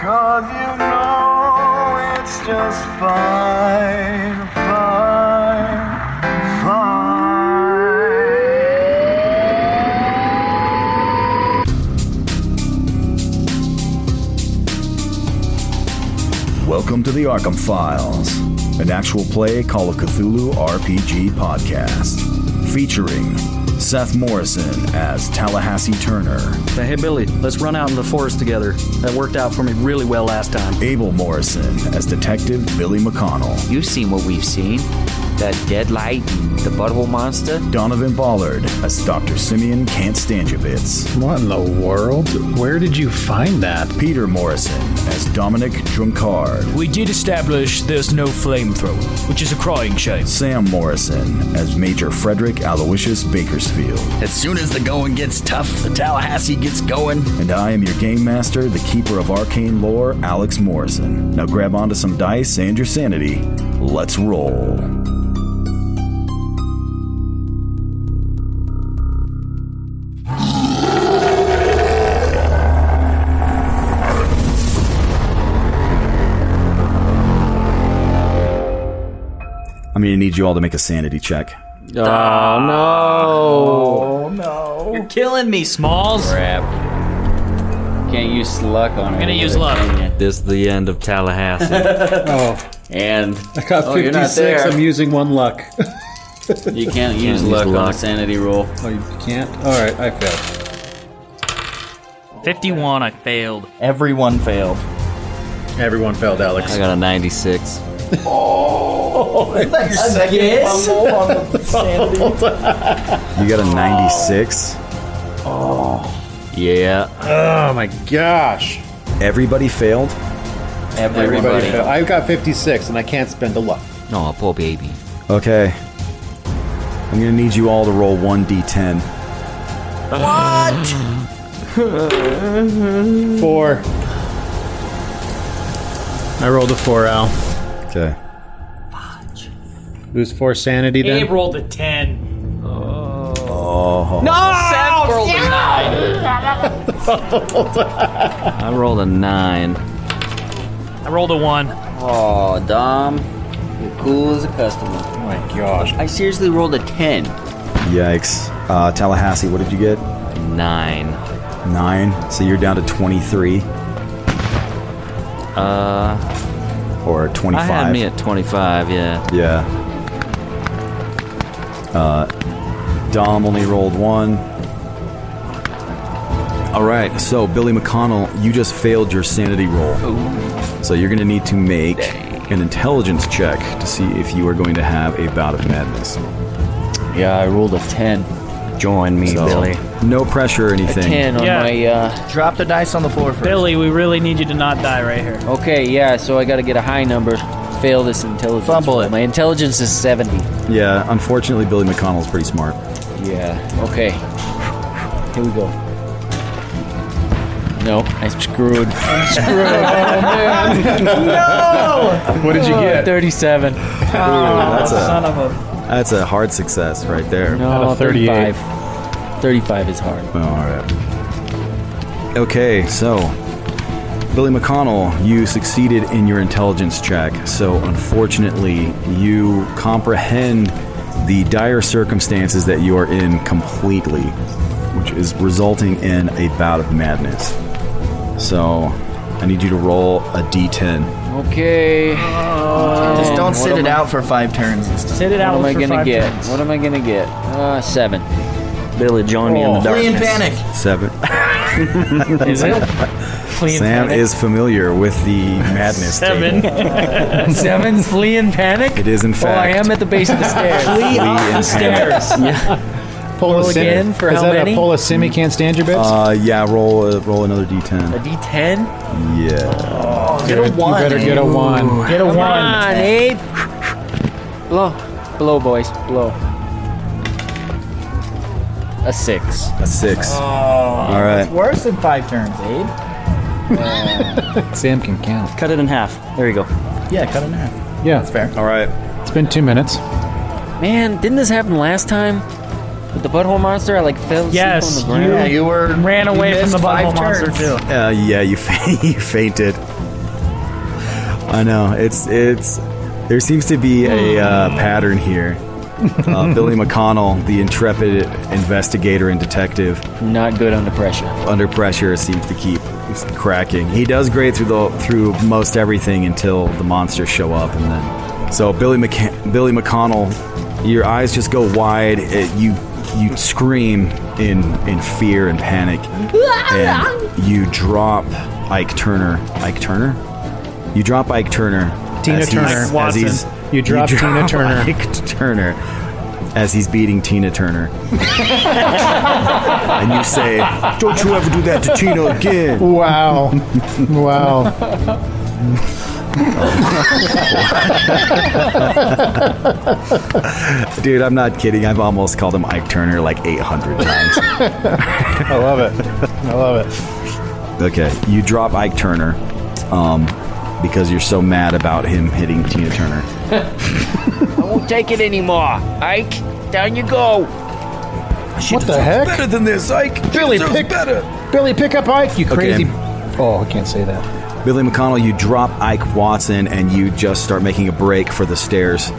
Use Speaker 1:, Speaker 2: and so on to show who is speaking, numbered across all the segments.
Speaker 1: Cause you know it's just fine, fine, fine.
Speaker 2: Welcome to the Arkham Files, an actual play Call of Cthulhu RPG podcast featuring Seth Morrison as Tallahassee Turner,
Speaker 3: Say, hey, Billy, let's run out in the forest together. That worked out for me really well last time.
Speaker 2: Abel Morrison as Detective Billy McConnell,
Speaker 4: You've seen what we've seen. The deadlight, and the butthole monster.
Speaker 2: Donovan Ballard as Dr. Simeon Can't Stanjevitz,
Speaker 5: What in the world? Where did you find that?
Speaker 2: Peter Morrison as Dominic Drunkard,
Speaker 6: We did establish there's no flamethrower, which is a crying shame.
Speaker 2: Sam Morrison as Major Frederick Aloysius Bakersfield.
Speaker 7: As soon as the going gets tough, the Tallahassee gets going.
Speaker 2: And I am your game master, the keeper of arcane lore, Alex Morrison. Now grab onto some dice and your sanity. Let's roll. I'm gonna need you all to make a sanity check.
Speaker 3: Oh,
Speaker 4: no.
Speaker 3: no. Killing me, Smalls.
Speaker 4: Crap. Can't use luck on it. I'm
Speaker 3: gonna use luck.
Speaker 8: This is the end of Tallahassee.
Speaker 5: Oh,
Speaker 4: And
Speaker 5: I got
Speaker 4: oh, you're not
Speaker 5: 56.
Speaker 4: there.
Speaker 5: I'm using one luck.
Speaker 4: you can't use luck, on a
Speaker 8: luck.
Speaker 4: sanity roll.
Speaker 5: oh, you can't? Alright, I failed.
Speaker 3: 51, I failed.
Speaker 7: Everyone failed.
Speaker 5: Everyone failed, Alex.
Speaker 8: I got a 96.
Speaker 4: Yes.
Speaker 2: You got a 96.
Speaker 8: Oh, Yeah.
Speaker 5: Oh my gosh.
Speaker 2: Everybody failed.
Speaker 4: Everybody.
Speaker 5: Everybody failed. I've got 56 and I can't spend a luck.
Speaker 8: No, poor baby.
Speaker 2: Okay. I'm gonna need you all to roll 1d10.
Speaker 5: Four. I rolled a four, Al.
Speaker 2: Okay.
Speaker 5: Lose four sanity then?
Speaker 3: Abe rolled a 10.
Speaker 8: I rolled a 9.
Speaker 3: I rolled a 1.
Speaker 4: Oh, Dom, you're cool as a customer.
Speaker 5: Oh my gosh.
Speaker 4: I seriously rolled a ten.
Speaker 2: Yikes. Uh, Tallahassee, what did you get?
Speaker 8: 9.
Speaker 2: Nine. So you're down to 23
Speaker 8: Uh,
Speaker 2: or 25.
Speaker 8: I had me at 25, yeah.
Speaker 2: Yeah. Uh, Dom only rolled one. All right, so Billy McConnell, you just failed your sanity roll. So you're going to need to make an intelligence check to see if you are going to have a bout of madness.
Speaker 4: Yeah, I rolled a ten.
Speaker 8: Join me,
Speaker 2: So, No pressure or anything.
Speaker 4: on
Speaker 3: Yeah.
Speaker 4: my. Uh, Drop the dice on the floor first.
Speaker 3: Billy, we really need you to not die right here.
Speaker 4: Okay, yeah. So I got to get a high number.
Speaker 9: fail this intelligence. Fumble it. My intelligence is 70.
Speaker 2: Yeah, unfortunately, Billy McConnell's pretty smart.
Speaker 9: Yeah. Okay. Here we go. No, I screwed. I'm screwed.
Speaker 1: Oh, man.
Speaker 9: no.
Speaker 2: What did you get?
Speaker 9: Thirty-seven.
Speaker 2: that's a-
Speaker 9: son of a.
Speaker 2: That's a hard success right there.
Speaker 9: No, 35. 35 is hard.
Speaker 2: Well, all right. Okay, so Billy McConnell, you succeeded in your intelligence check. So, unfortunately, you comprehend the dire circumstances that you are in completely, which is resulting in a bout of madness. So, I need you to roll a d10.
Speaker 9: Okay. Um,
Speaker 10: Just don't sit it out
Speaker 9: for five turns. Sit
Speaker 10: it out
Speaker 9: What am I
Speaker 10: for
Speaker 9: gonna
Speaker 10: five
Speaker 9: get?
Speaker 10: turns.
Speaker 9: What am I gonna get? Uh, seven.
Speaker 4: Billy, join
Speaker 9: me in the
Speaker 10: Flee in
Speaker 9: darkness.
Speaker 10: panic.
Speaker 2: Seven.
Speaker 10: Is it? Flee in
Speaker 2: Sam
Speaker 10: panic?
Speaker 2: is familiar with the madness.
Speaker 10: Seven.
Speaker 2: table.
Speaker 9: Seven flee in panic.
Speaker 2: It is in
Speaker 9: Oh, I
Speaker 2: fact.
Speaker 9: am at the base of the stairs.
Speaker 2: Flee up the
Speaker 9: in panic.
Speaker 2: stairs.
Speaker 9: Roll again for
Speaker 5: Is
Speaker 9: how
Speaker 5: that
Speaker 9: many?
Speaker 5: a poll simi can't stand your bits?
Speaker 2: Uh, yeah, roll uh, roll another d10.
Speaker 9: A d10?
Speaker 2: Yeah.
Speaker 5: Get a one. You better get a one.
Speaker 9: Get a
Speaker 5: Come
Speaker 9: one.
Speaker 5: on,
Speaker 9: Abe. Blow. Blow, boys. Blow. A six.
Speaker 2: A six.
Speaker 4: Oh.
Speaker 10: Oh.
Speaker 2: All
Speaker 11: It's worse than five turns, Abe.
Speaker 5: Sam can count.
Speaker 3: Cut it in half. There you go.
Speaker 11: Yeah, cut in half.
Speaker 5: Yeah,
Speaker 11: that's fair.
Speaker 2: All right.
Speaker 5: It's been two minutes.
Speaker 9: Man, didn't this happen last time? With the butthole monster, I like fell asleep
Speaker 11: Yes,
Speaker 9: on the ground.
Speaker 11: you- you were- Ran you away from missed the butthole five monster, turns. too.
Speaker 2: Uh, yeah, you fa- you fainted. I know. It's it's. There seems to be a uh,
Speaker 9: Hmm.
Speaker 2: pattern here. Uh, Billy McConnell, the intrepid investigator and detective,
Speaker 9: not good under pressure.
Speaker 2: Under pressure, seems to keep cracking. He does great through the through most everything until the monsters show up, and then so Billy McC- Billy McConnell, your eyes just go wide. It, you you scream in in fear and panic, and you drop Ike Turner. Ike Turner. You drop Ike Turner.
Speaker 5: Tina
Speaker 2: as he's-
Speaker 5: Turner.
Speaker 2: as
Speaker 5: Watson.
Speaker 2: he's-
Speaker 5: You drop Tina Turner.
Speaker 2: Ike Turner. As he's beating Tina Turner, and you say, "Don't you ever do that to Tina again."
Speaker 5: Wow. wow.
Speaker 2: Dude, I'm not kidding. I've almost called him Ike Turner like 800 times.
Speaker 5: I love it. I love it.
Speaker 2: okay, you drop Ike Turner um, because you're so mad about him hitting Tina Turner.
Speaker 9: I won't take it anymore. Ike, down you go.
Speaker 5: what the heck?
Speaker 2: Better than this, Ike.
Speaker 5: Billy, pick Billy, pick up Ike. You crazy. Oh, I can't say that.
Speaker 2: Billy McConnell, you drop Ike Watson and you just start making a break for the stairs,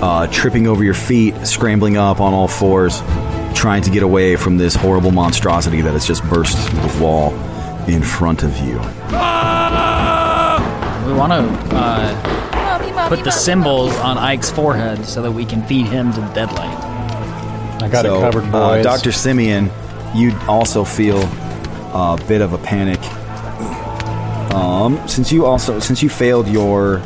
Speaker 2: uh, tripping over your feet, scrambling up on all fours, trying to get away from this horrible monstrosity that has just burst through the wall in front of you.
Speaker 8: We want to uh, put the symbols on Ike's forehead so that we can feed him to the deadlight.
Speaker 5: I got it covered,
Speaker 2: uh,
Speaker 5: boys.
Speaker 2: Dr. Simeon, you also feel a bit of a panic. Um, since you also since you failed your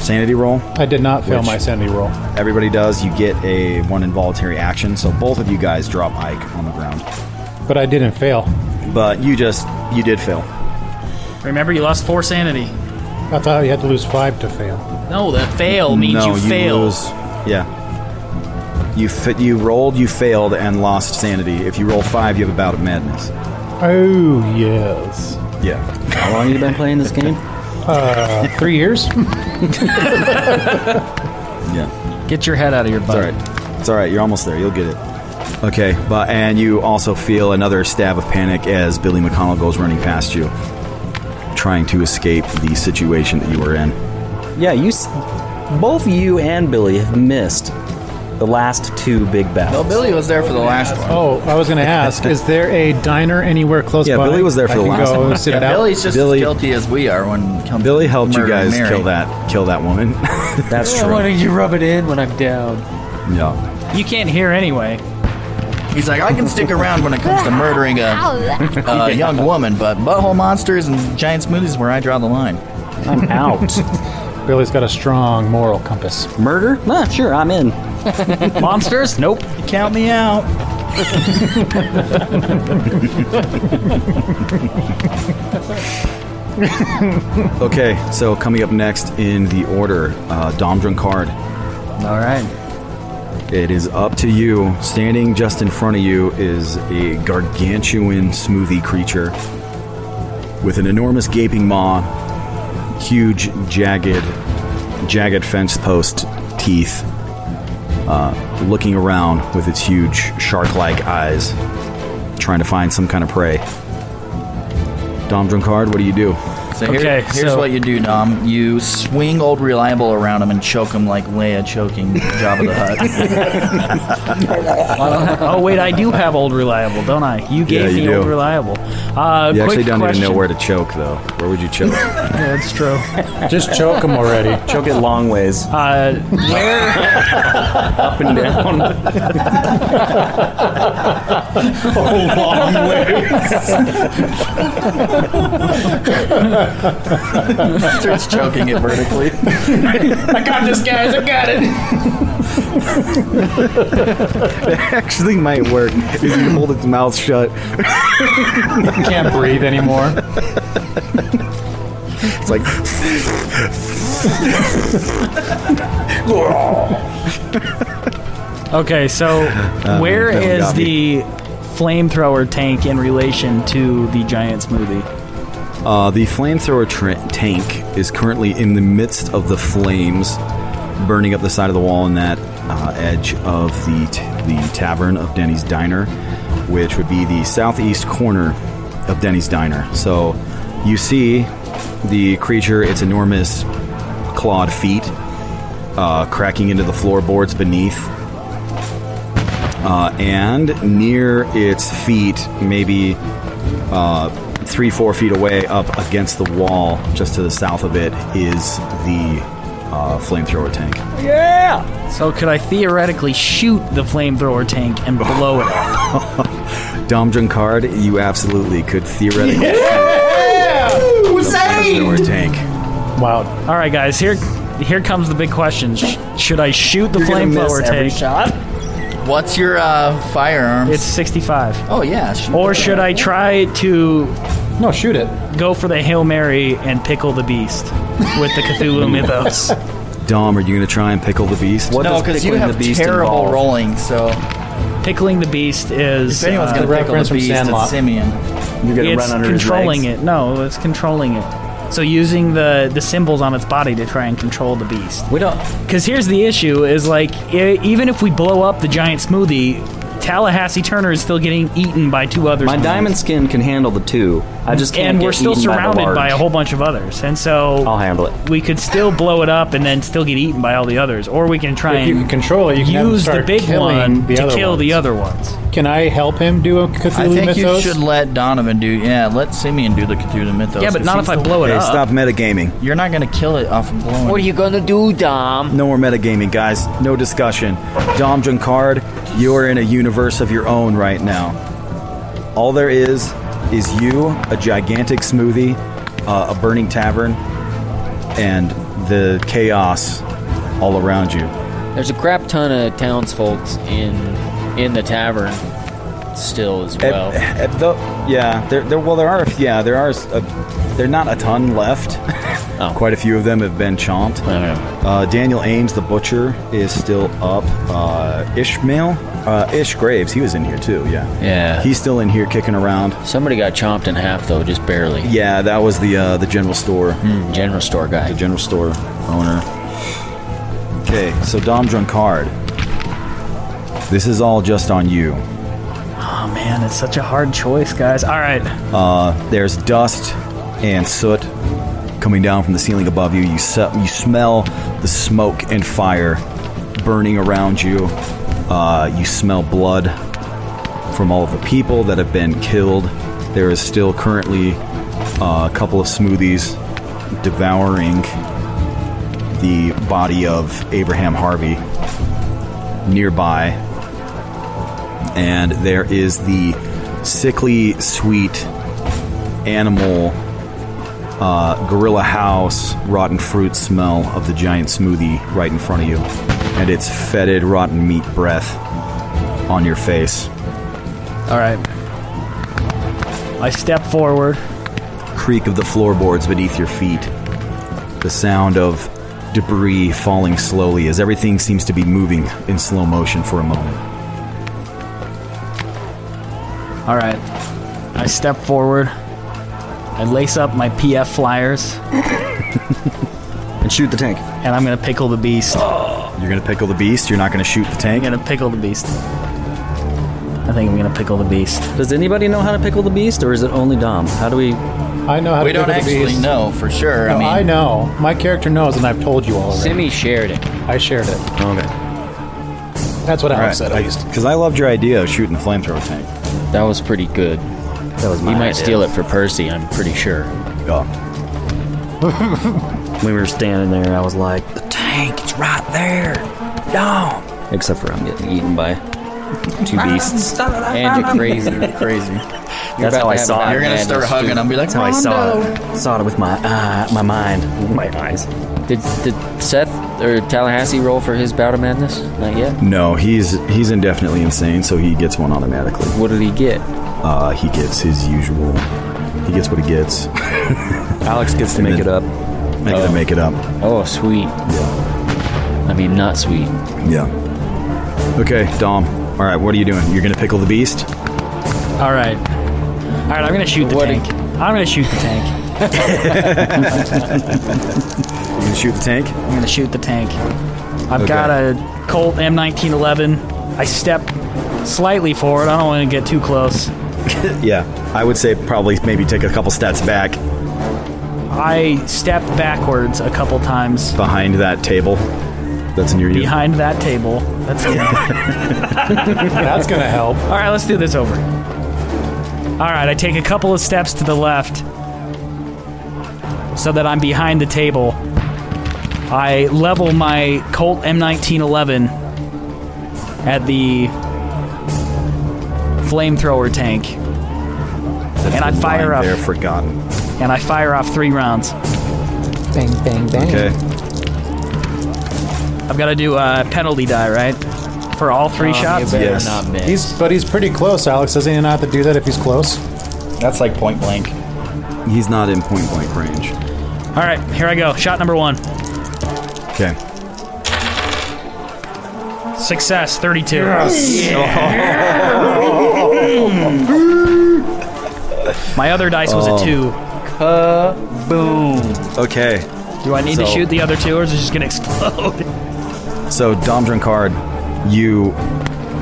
Speaker 2: sanity roll,
Speaker 5: I did not fail
Speaker 2: Which-
Speaker 5: my sanity roll.
Speaker 2: everybody does. You get a one involuntary action, so both of you guys drop Ike on the ground.
Speaker 5: But I didn't fail.
Speaker 2: But you just you did fail.
Speaker 8: Remember, you lost four sanity.
Speaker 5: I thought you had to lose five to fail.
Speaker 8: No, the fail means
Speaker 2: no,
Speaker 8: you, fail.
Speaker 2: lose. Yeah. You fit. You rolled. You failed and lost sanity. If you roll five, you have a bout of madness.
Speaker 5: Oh, yes.
Speaker 2: Yeah.
Speaker 4: How long you been playing this game?
Speaker 5: Uh, three years?
Speaker 2: Yeah.
Speaker 8: Get your head out of your butt.
Speaker 2: It's all right. It's all right. You're almost there. You'll get it. Okay, but and you also feel another stab of panic as Billy McConnell goes running past you, trying to escape the situation that you were in.
Speaker 3: Yeah, you. s- Both you and Billy have missed the last two big battles.
Speaker 10: Well, Billy was there for the last one.
Speaker 5: Oh, I was going to ask, is there a diner anywhere close
Speaker 2: Yeah,
Speaker 5: by?
Speaker 2: Billy was there for
Speaker 5: I
Speaker 2: the
Speaker 5: can
Speaker 2: last
Speaker 5: go
Speaker 2: one.
Speaker 5: Sit
Speaker 2: Yeah,
Speaker 5: it out.
Speaker 10: Billy's just as guilty as we are when it comes
Speaker 2: Billy helped you
Speaker 10: Murder
Speaker 2: guys
Speaker 10: Mary.
Speaker 2: kill that kill that woman. That's
Speaker 10: Yeah, why
Speaker 8: don't you rub it in when I'm down?
Speaker 2: Yeah.
Speaker 8: You can't hear anyway.
Speaker 10: He's like, I can stick around when it comes to murdering a, a young woman, but butthole monsters and giant smoothies is where I draw the line.
Speaker 3: I'm out.
Speaker 5: Billy's got a strong moral compass.
Speaker 3: Murder? Nah, sure, I'm in.
Speaker 8: Monsters? Nope.
Speaker 10: Count me out.
Speaker 2: okay, so coming up next in the order, uh, Dom Drunkard.
Speaker 3: All right.
Speaker 2: It is up to you. Standing just in front of you is a gargantuan smoothie creature with an enormous gaping maw, huge jagged, jagged fence post teeth, uh, looking around with its huge shark-like eyes, trying to find some kind of prey. Dom Drunkard, what do you do?
Speaker 10: So here-
Speaker 2: Okay,
Speaker 10: here's
Speaker 2: so-
Speaker 10: what you do, Dom. You swing old reliable around him and choke him like Leia choking Jabba the Hutt.
Speaker 8: I don't have- oh wait, I do have old reliable, don't I? You gave
Speaker 2: Yeah, you
Speaker 8: me old
Speaker 2: do.
Speaker 8: reliable. Uh,
Speaker 2: you
Speaker 8: quick
Speaker 2: actually don't
Speaker 8: question.
Speaker 2: even know where to choke, though. Where would you choke?
Speaker 8: Yeah, that's true.
Speaker 2: Just choke 'em already.
Speaker 4: Choke it long ways.
Speaker 8: Uh,
Speaker 4: Up and down.
Speaker 1: A
Speaker 4: Oh,
Speaker 1: long way.
Speaker 10: Starts choking it vertically.
Speaker 1: I got this, guys. I got
Speaker 2: it actually might work if you hold its mouth shut.
Speaker 11: You can't breathe anymore.
Speaker 2: It's like
Speaker 8: okay, so
Speaker 2: man,
Speaker 8: where
Speaker 2: Uh, that one
Speaker 8: is
Speaker 2: got
Speaker 8: the flamethrower tank in relation to the giant smoothie?
Speaker 2: Uh, the flamethrower tra- tank is currently in the midst of the flames, burning up the side of the wall in that uh, edge of the t- the tavern of Denny's Diner, which would be the southeast corner of Denny's Diner. So you see the creature, its enormous clawed feet, uh, cracking into the floorboards beneath. Uh, and near its feet, maybe uh, three, four feet away, up against the wall, just to the south of it, is the uh, flamethrower tank.
Speaker 8: Yeah. So could I theoretically shoot the flamethrower tank and blow it up?
Speaker 2: Dom Drunkard, you absolutely could theoretically
Speaker 1: Yeah!
Speaker 2: the flamethrower tank.
Speaker 8: Wow. All right, guys. Here, here comes the big question. Sh- Should I shoot the
Speaker 10: You're gonna miss
Speaker 8: flamethrower
Speaker 10: every
Speaker 8: tank?
Speaker 10: shot? What's your uh, firearm?
Speaker 8: It's sixty-five.
Speaker 10: Oh yeah. shoot
Speaker 8: Or
Speaker 10: that.
Speaker 8: should I try to?
Speaker 11: No, shoot it.
Speaker 8: Go for the hail mary and pickle the beast with the Cthulhu mythos.
Speaker 2: Dom, are you going to try and pickle the beast?
Speaker 10: no, because you have terrible rolling. So
Speaker 8: Pickling the beast is.
Speaker 10: if anyone's
Speaker 8: uh,
Speaker 10: going to pickle the beast, it's Simeon.
Speaker 8: it's controlling it. No, it's controlling it. So using the the symbols on its body to try and control the beast. We don't. Because here's the issue: is like e- even if we blow up the giant smoothie, Tallahassee Turner is still getting eaten by two others.
Speaker 4: My diamond skin can handle the two. I just can't
Speaker 8: and
Speaker 4: get
Speaker 8: we're still
Speaker 4: eaten by the
Speaker 8: surrounded by,
Speaker 4: large.
Speaker 8: a whole bunch of others, and so
Speaker 4: I'll handle it.
Speaker 8: we could still blow it up and then still get eaten by all the others, or we can try
Speaker 11: If
Speaker 8: and
Speaker 11: you can control it, you can have him
Speaker 8: use the
Speaker 11: start
Speaker 8: big
Speaker 11: killing
Speaker 8: one
Speaker 11: the
Speaker 8: to
Speaker 11: other
Speaker 8: kill the
Speaker 11: ones.
Speaker 8: other ones.
Speaker 11: Can I help him do a Cthulhu
Speaker 10: I think you
Speaker 11: mythos?
Speaker 10: should let Donovan do. Yeah, let Simeon do the Cthulhu mythos.
Speaker 11: Yeah, but not if I blow it Hey, up. stop
Speaker 2: metagaming.
Speaker 10: You're not going to kill it off of blowing.
Speaker 9: What are you gonna do, Dom?
Speaker 2: No more metagaming, guys. No discussion. Dom Drunkard, you're in a universe of your own right now. All there is is you, a gigantic smoothie, uh, a burning tavern, and the chaos all around you.
Speaker 9: There's a crap ton of townsfolks in in the tavern still as
Speaker 2: At-
Speaker 9: well.
Speaker 2: at the- yeah, there, there, well, there are. a f- Yeah, there are. s- A, there are not a ton left.
Speaker 9: Oh.
Speaker 2: Quite a few of them have been chomped. Uh, Daniel Ames, the butcher, is still up. Uh, Ishmael, uh, Ish Graves, he was in here too. Yeah,
Speaker 9: Yeah.
Speaker 2: he's still in here kicking around.
Speaker 9: Somebody got chomped in half though, just barely.
Speaker 2: Yeah, that was the uh, the general store.
Speaker 9: Hmm, general store guy. The
Speaker 2: general store owner. Okay, so Dom Drunkard, this is all just on you.
Speaker 8: Oh man, it's such a hard choice, guys. All right,
Speaker 2: Uh, there's dust and soot coming down from the ceiling above you. You, se- you smell the smoke and fire burning around you. Uh, you smell blood from all of the people that have been killed. There is still currently uh, a couple of smoothies devouring the body of Abraham Harvey nearby and there is the sickly sweet animal uh, gorilla house rotten fruit smell of the giant smoothie right in front of you and its fetid rotten meat breath on your face
Speaker 8: all right. I step forward.
Speaker 2: creak of the floorboards beneath your feet, the sound of debris falling slowly as everything seems to be moving in slow motion for a moment.
Speaker 8: All right. I step forward. I lace up my PF flyers. and
Speaker 2: shoot the tank.
Speaker 8: And I'm going to pickle the beast.
Speaker 2: You're going to pickle the beast? You're not going to shoot the tank?
Speaker 8: I'm going to pickle the beast. I think I'm going to pickle the beast.
Speaker 4: Does anybody know how to pickle the beast, or is it only Dom? How do we?
Speaker 11: I know how
Speaker 10: We
Speaker 11: to
Speaker 10: don't
Speaker 11: pickle the
Speaker 10: actually
Speaker 11: beast.
Speaker 10: know for sure.
Speaker 11: No,
Speaker 10: I mean,
Speaker 11: I know. My character knows, and I've told you already.
Speaker 10: Simi
Speaker 9: shared it.
Speaker 11: I shared it.
Speaker 2: Okay.
Speaker 11: That's what I said.
Speaker 2: Because I loved your idea of shooting the flamethrower tank.
Speaker 9: That was pretty good. That
Speaker 2: was my
Speaker 9: You might
Speaker 2: idea.
Speaker 9: steal it for Percy. I'm pretty sure.
Speaker 4: When we were standing there, I was like, the tank, it's right there. No. Except for I'm getting eaten by two beasts.
Speaker 9: and you're crazy. You're crazy. You're
Speaker 4: That's
Speaker 9: about
Speaker 4: how
Speaker 9: to
Speaker 4: I
Speaker 9: have
Speaker 4: saw
Speaker 9: mad
Speaker 4: it.
Speaker 9: madness, dude.
Speaker 4: That's how I saw it. Saw it with my eye, my mind, with my eyes.
Speaker 9: uh, Did, did Seth or Tallahassee roll for his bout of madness? Not yet.
Speaker 2: No, he's he's indefinitely insane, so he gets one automatically.
Speaker 9: What did he get?
Speaker 2: Uh, he gets his usual. He gets what he gets.
Speaker 4: Alex gets
Speaker 2: to make it up. I gotta make it up.
Speaker 9: Oh, sweet. Yeah. I mean, not sweet.
Speaker 2: Yeah. Okay, Dom. All right, what are you doing? You're gonna pickle the beast.
Speaker 8: All right. All right, I'm going to shoot the tank. I'm going to shoot the tank.
Speaker 2: You're gonna shoot the tank.
Speaker 8: I'm going to shoot the tank. I've
Speaker 2: Okay.
Speaker 8: got a Colt M1911. I step slightly forward. I don't want to get too close.
Speaker 2: yeah, I would say probably maybe take a couple steps back
Speaker 8: I step backwards a couple times
Speaker 2: behind that table. That's near you.
Speaker 8: behind that table. That's
Speaker 11: That's gonna help.
Speaker 8: All right, let's do this over. All right, I take a couple of steps to the left so that I'm behind the table. I level my Colt M1911 at the flamethrower tank. and I fire up.
Speaker 2: They're forgotten.
Speaker 8: And I fire off three rounds. Bang, bang, bang.
Speaker 2: Okay.
Speaker 8: I've got to do a penalty die, right? For all three
Speaker 4: Um,
Speaker 11: Tom,
Speaker 5: Um,
Speaker 11: you
Speaker 8: shots?
Speaker 11: better Yes. not He's, but he's pretty close, Alex. Doesn't he not have to do that if he's close?
Speaker 10: That's like point blank.
Speaker 2: He's not in point blank range.
Speaker 8: All right, here I go. Shot number one.
Speaker 2: Okay.
Speaker 8: Success, 32. My other dice was
Speaker 2: Oh.
Speaker 8: a two.
Speaker 2: Boom. Okay.
Speaker 8: Do I need to
Speaker 2: So-
Speaker 8: shoot the other two, or is it just gonna explode?
Speaker 2: So Dom Drinkard, you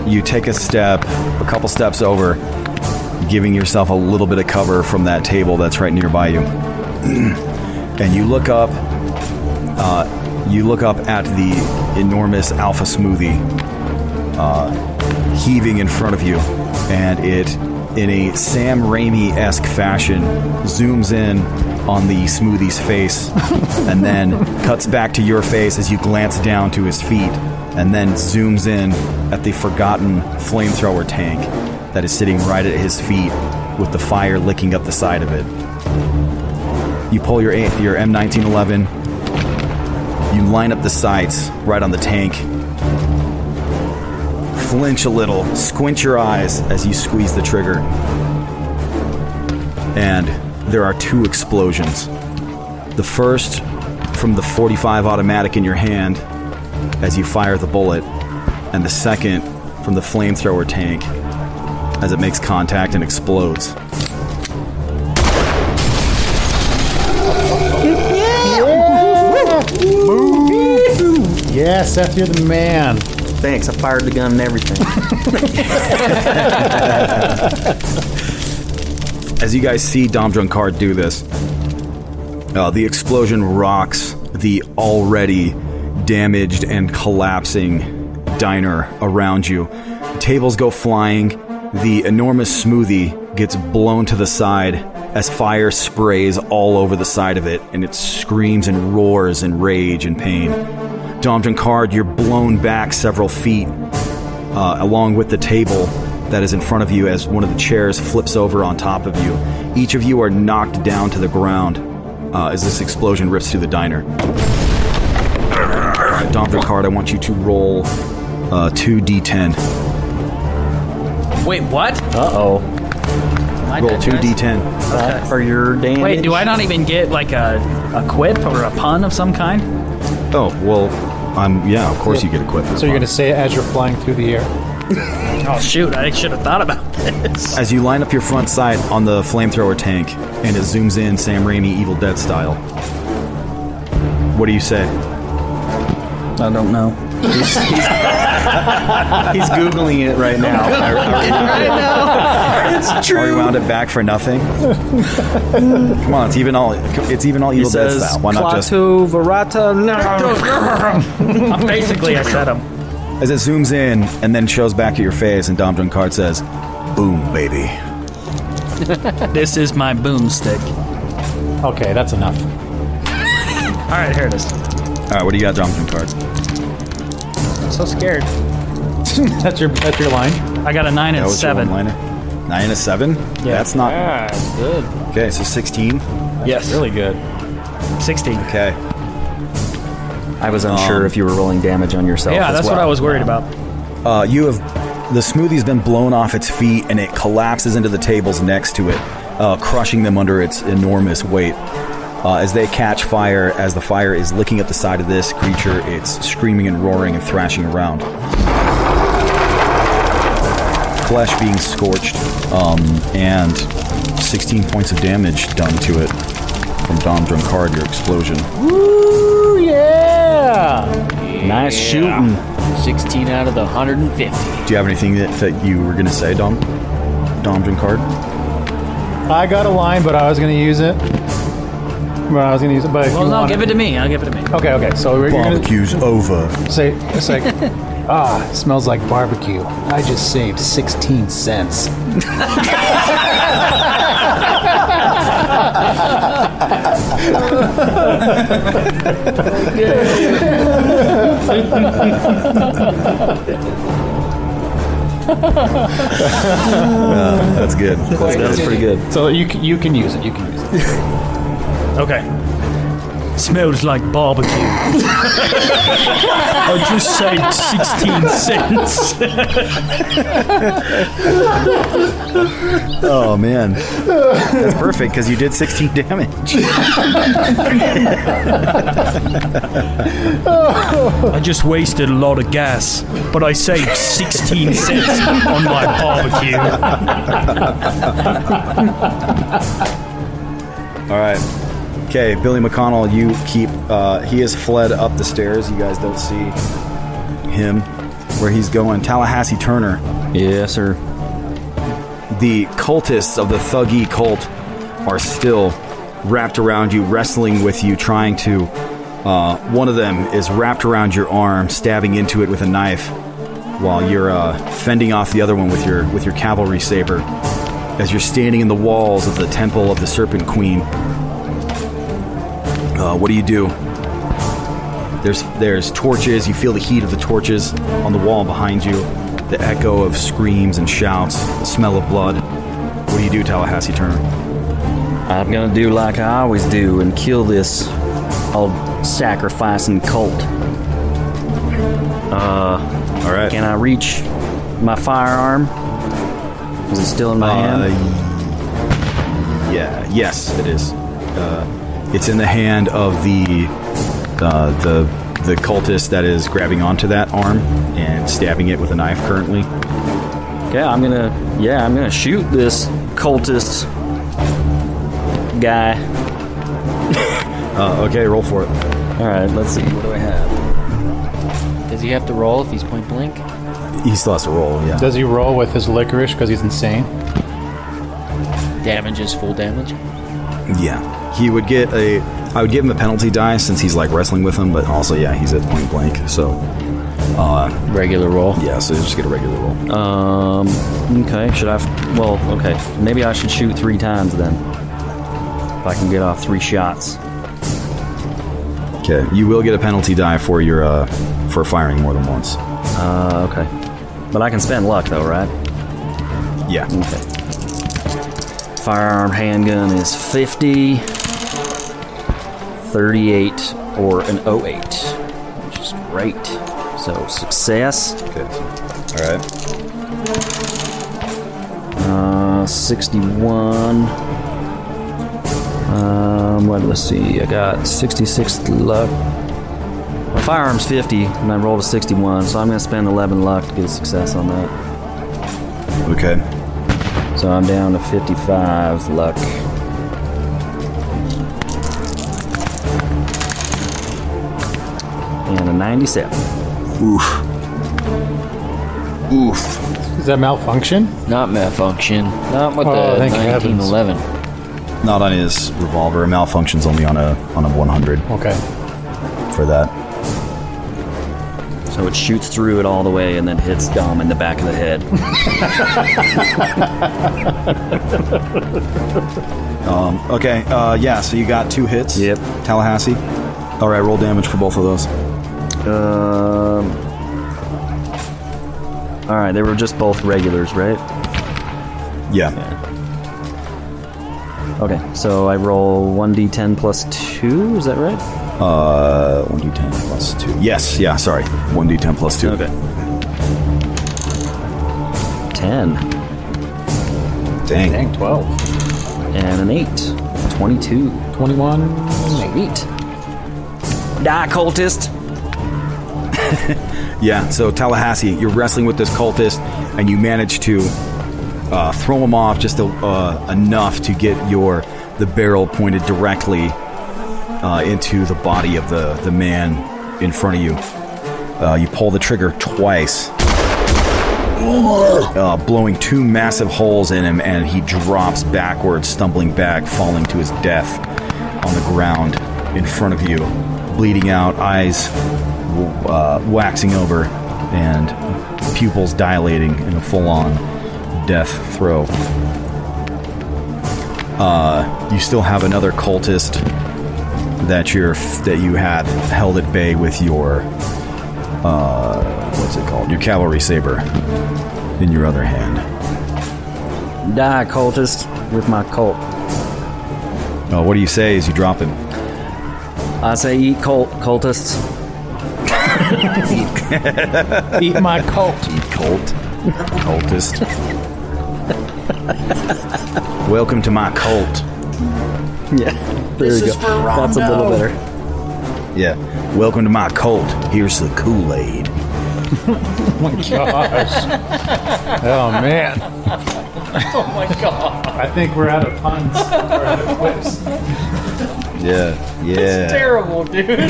Speaker 2: you take a step, a couple steps over, giving yourself a little bit of cover from that table that's right nearby you, and you look up. Uh, you look up at the enormous alpha smoothie uh, heaving in front of you, and it, in a Sam Raimi esque fashion, zooms in on the smoothie's face and then cuts back to your face as you glance down to his feet, and then zooms in at the forgotten flamethrower tank that is sitting right at his feet with the fire licking up the side of it. You pull your, A- your M1911, you line up the sights right on the tank, flinch a little, squint your eyes as you squeeze the trigger. And there are two explosions. The first from the 45 automatic in your hand as you fire the bullet, and the second from the flamethrower tank as it makes contact and explodes.
Speaker 11: Yeah, Seth, you're the man.
Speaker 4: Thanks. I fired the gun and everything.
Speaker 2: As you guys see Dom Drunkard do this, uh, the explosion rocks the already damaged and collapsing diner around you. Tables go flying. The enormous smoothie gets blown to the side as fire sprays all over the side of it, and it screams and roars in rage and pain. Dom Drunkard, you're blown back several feet uh, along with the table that is in front of you as one of the chairs flips over on top of you. Each of you are knocked down to the ground uh, as this explosion rips through the diner. Uh, Dom card, I want you to roll uh, 2d10.
Speaker 8: Wait, what?
Speaker 2: Uh oh. Roll two d10.
Speaker 8: Okay.
Speaker 3: Or your damage.
Speaker 8: Wait, do I not even get like a, a quip or a pun of some kind?
Speaker 2: Oh well, I'm yeah. Of course you get equipped.
Speaker 11: So you're gonna say it as you're flying through the air.
Speaker 8: Oh shoot, I should have thought about this.
Speaker 2: As you line up your front sight on the flamethrower tank, and it zooms in Sam Raimi Evil Dead style, what do you say?
Speaker 3: I don't know.
Speaker 2: He's, he's Googling it right now. I,
Speaker 1: now.
Speaker 2: It's true. Or wound it back for nothing. Come on, it's even all it's even all
Speaker 3: He
Speaker 2: Evil Dead
Speaker 3: says,
Speaker 2: style. Why not just
Speaker 3: Klaatu Varata.
Speaker 8: no. Basically, I said him.
Speaker 2: as it zooms in and then shows back at your face, and Dom Dunkard says, "Boom, baby."
Speaker 8: this is my boomstick.
Speaker 11: Okay, that's enough.
Speaker 8: All right, here it is.
Speaker 2: All right, what do you got, Dom Dunkard?
Speaker 8: I'm so scared.
Speaker 11: that's your that's your line.
Speaker 8: I got a nine and
Speaker 2: That was your
Speaker 8: seven.
Speaker 2: one-liner. Nine and a seven. Yeah, that's not.
Speaker 8: good.
Speaker 2: Okay, so sixteen.
Speaker 8: Yes.
Speaker 2: really good.
Speaker 8: Sixteen.
Speaker 2: Okay. Um,
Speaker 4: I was unsure if you were rolling damage on yourself.
Speaker 8: Yeah,
Speaker 4: as
Speaker 8: that's
Speaker 4: well.
Speaker 8: what I was worried about.
Speaker 2: Uh, you have the smoothie's been blown off its feet and it collapses into the tables next to it, uh, crushing them under its enormous weight. Uh, as they catch fire, as the fire is licking up the side of this creature, it's screaming and roaring and thrashing around. Flesh being scorched, um, and 16 points of damage done to it from Dom Drunkard, your explosion.
Speaker 9: Woo, yeah!
Speaker 2: Nice shooting.
Speaker 9: 16 out of the 150.
Speaker 2: Do you have anything that, that you were going to say, Dom? Dom Drunkard?
Speaker 11: I got a line, but I was gonna use it. But I was gonna use it. But if
Speaker 8: Well,
Speaker 11: you
Speaker 8: no,
Speaker 11: want
Speaker 8: give it to me. I'll give it to me.
Speaker 11: Okay, okay. So we're you're gonna
Speaker 2: barbecue's over.
Speaker 11: say it's like ah, it smells like barbecue. I just saved sixteen cents.
Speaker 2: Uh, that's good. That's,
Speaker 11: That's
Speaker 2: pretty good.
Speaker 11: So you can, you can use it. You can use it.
Speaker 8: Okay. Smells like barbecue. I just saved 16 cents.
Speaker 2: Oh man, that's perfect because you did 16 damage.
Speaker 8: I just wasted a lot of gas, but I saved 16 cents on my barbecue.
Speaker 2: All right. Okay, Billy McConnell, you keep. Uh, he has fled up the stairs. You guys don't see him where he's going. Tallahassee Turner.
Speaker 4: Yes, sir.
Speaker 2: The cultists of the Thuggy cult are still wrapped around you, wrestling with you, trying to. Uh, one of them is wrapped around your arm, stabbing into it with a knife, while you're uh, fending off the other one with your with your cavalry saber. As you're standing in the walls of the temple of the Serpent Queen, uh, what do you do? There's there's torches. You feel the heat of the torches on the wall behind you. The echo of screams and shouts. The smell of blood. What do you do, Tallahassee Turner?
Speaker 4: I'm gonna do like I always do and kill this old sacrificing cult. Uh,
Speaker 2: all right.
Speaker 4: Can I reach my firearm? Is it still in my
Speaker 2: Uh,
Speaker 4: hand?
Speaker 2: Yeah. Yes, it is. Uh, it's in the hand of the uh, the the cultist that is grabbing onto that arm and stabbing it with a knife currently.
Speaker 4: Yeah, I'm gonna. Yeah, I'm gonna shoot this cultist guy.
Speaker 2: uh, okay, roll for it.
Speaker 4: All right, let's see. What do I have?
Speaker 9: Does he have to roll if he's point blank?
Speaker 2: He still has to roll. Yeah.
Speaker 11: Does he roll with his licorice because he's insane?
Speaker 9: Damage is full damage.
Speaker 2: Yeah, he would get a. I would give him a penalty die since he's like wrestling with him, but also yeah, he's at point blank, so. Uh,
Speaker 4: regular roll.
Speaker 2: Yeah, so you just get a regular roll.
Speaker 4: Um. Okay. Should I? f- Well. Okay. Maybe I should shoot three times then. If I can get off three shots.
Speaker 2: Okay, you will get a penalty die for your uh, for firing more than once.
Speaker 4: Uh, okay, but I can spend luck though, right?
Speaker 2: Yeah.
Speaker 4: Okay. Firearm handgun is 50, 38, or an 08, which is great. So success.
Speaker 2: Okay. All right.
Speaker 4: Uh, Uh, 61. Um, what, let's see. I got 66 luck. My firearm's 50, and I rolled a 61, so I'm going to spend 11 luck to get a success on that.
Speaker 2: Okay.
Speaker 4: So I'm down to 55 luck. And a 97.
Speaker 2: Oof.
Speaker 9: Oof.
Speaker 5: Is that malfunction?
Speaker 9: Not malfunction. Not with
Speaker 2: Oh,
Speaker 9: the
Speaker 2: thank
Speaker 9: 1911.
Speaker 2: Not on his revolver. Malfunctions only on a on a 100.
Speaker 5: Okay.
Speaker 2: For that.
Speaker 4: So it shoots through it all the way and then hits Dom in the back of the head.
Speaker 2: Um, okay. Uh, yeah. So you got two hits. Yep. Tallahassee. All right. Roll damage for both of those.
Speaker 4: Um. All right, they were just both regulars, right?
Speaker 2: Yeah.
Speaker 4: Okay, so I roll 1d10 plus 2, is that right?
Speaker 2: Uh, 1d10 plus 2. Yes, yeah, sorry. 1d10 plus 2. Okay.
Speaker 4: 10.
Speaker 2: Dang.
Speaker 5: Dang, 12.
Speaker 4: And an 8. 22.
Speaker 5: 21.
Speaker 4: Sweet. Die, cultist!
Speaker 2: Yeah, so Tallahassee, you're wrestling with this cultist, and you manage to uh, throw him off just a, uh, enough to get your the barrel pointed directly uh, into the body of the, the man in front of you. Uh, you pull the trigger twice, uh, blowing two massive holes in him, and he drops backwards, stumbling back, falling to his death on the ground in front of you, bleeding out, eyes uh, waxing over, and pupils dilating in a full on death throw. Uh, you still have another cultist that you're that you had held at bay with your uh, what's it called? Your cavalry saber in your other hand.
Speaker 4: Die, cultist, with my cult.
Speaker 2: Uh, what do you say as you drop him?
Speaker 4: I say eat cult, cultists.
Speaker 5: Eat my cult.
Speaker 2: Eat cult. Cultist. Welcome to my cult.
Speaker 4: Yeah. There
Speaker 2: This
Speaker 4: you
Speaker 2: is
Speaker 4: go.
Speaker 2: for
Speaker 4: That's a little
Speaker 2: Rondo.
Speaker 4: better.
Speaker 2: Yeah. Welcome to my cult. Here's the Kool Aid.
Speaker 5: Oh my gosh. oh man.
Speaker 1: Oh my god.
Speaker 5: I think we're out of puns. We're out of quips.
Speaker 2: Yeah. Yeah.
Speaker 1: It's terrible, dude.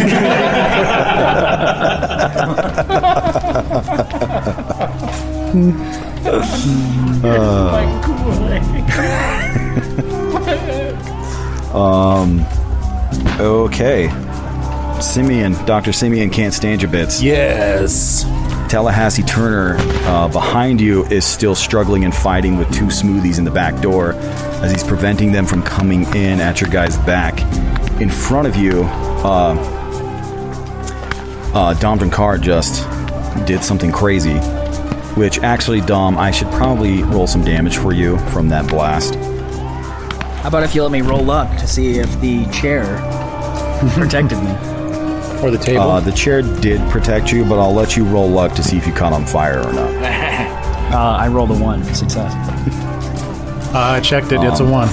Speaker 1: Oh,
Speaker 2: Uh, um. Okay. Simeon, Dr. Simeon can't stand your bits. Yes. Tallahassee Turner uh, behind you is still struggling and fighting with two smoothies in the back door as he's preventing them from coming in at your guy's back. In front of you, uh, uh, Dom Drinkard just did something crazy, which actually, Dom, I should probably roll some damage for you from that blast.
Speaker 12: How about if you let me roll up to see if the chair protected me?
Speaker 5: Or the table?
Speaker 2: Uh, the chair did protect you, but I'll let you roll luck to see if you caught on fire or not.
Speaker 12: Uh, I rolled a one. Success.
Speaker 5: I checked it. It's a
Speaker 2: Um,
Speaker 5: one.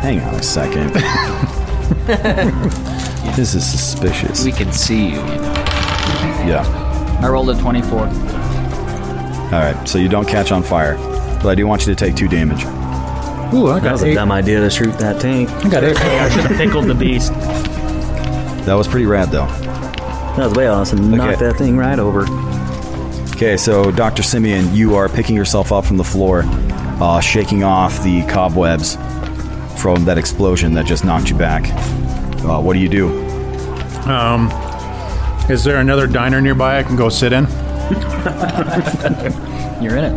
Speaker 2: Hang on a second. this is suspicious. We
Speaker 9: can see you, you know.
Speaker 2: Yeah.
Speaker 12: I rolled a 24.
Speaker 2: All right. So you don't catch on fire, but I do want you to take two damage.
Speaker 5: Ooh, I
Speaker 2: got eight.
Speaker 4: idea to shoot that tank.
Speaker 5: I got eight.
Speaker 8: I should have pickled the beast.
Speaker 2: That was pretty rad, though.
Speaker 4: That was way awesome. Knocked that thing right over.
Speaker 2: Okay, so Dr. Simeon, you are picking yourself up from the floor, uh, shaking off the cobwebs from that explosion that just knocked you back. Uh, what do you do?
Speaker 5: Um, is there another diner nearby I can go sit in?
Speaker 12: You're in it.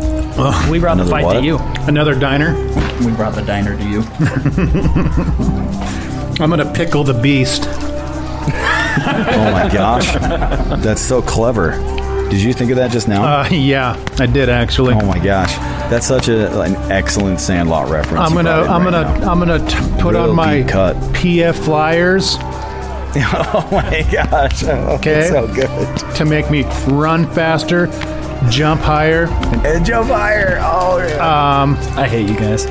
Speaker 8: we brought the fight to you.
Speaker 5: Another diner.
Speaker 12: We brought the diner to you.
Speaker 5: I'm gonna pickle the beast.
Speaker 2: Oh my gosh, that's so clever. Did you think of that just now?
Speaker 5: Uh, yeah, I did actually.
Speaker 2: Oh my gosh, that's such a, an excellent Sandlot reference.
Speaker 5: I'm
Speaker 2: you
Speaker 5: gonna,
Speaker 2: brought in
Speaker 5: I'm gonna,
Speaker 2: right now.
Speaker 5: I'm gonna t- put
Speaker 2: Real
Speaker 5: on my
Speaker 2: deep cut.
Speaker 5: PF flyers.
Speaker 2: oh my gosh! Oh,
Speaker 5: Okay,
Speaker 2: that's so good.
Speaker 5: to make me run faster, jump higher.
Speaker 10: And jump higher. Oh, yeah.
Speaker 5: Um,
Speaker 8: I hate you guys.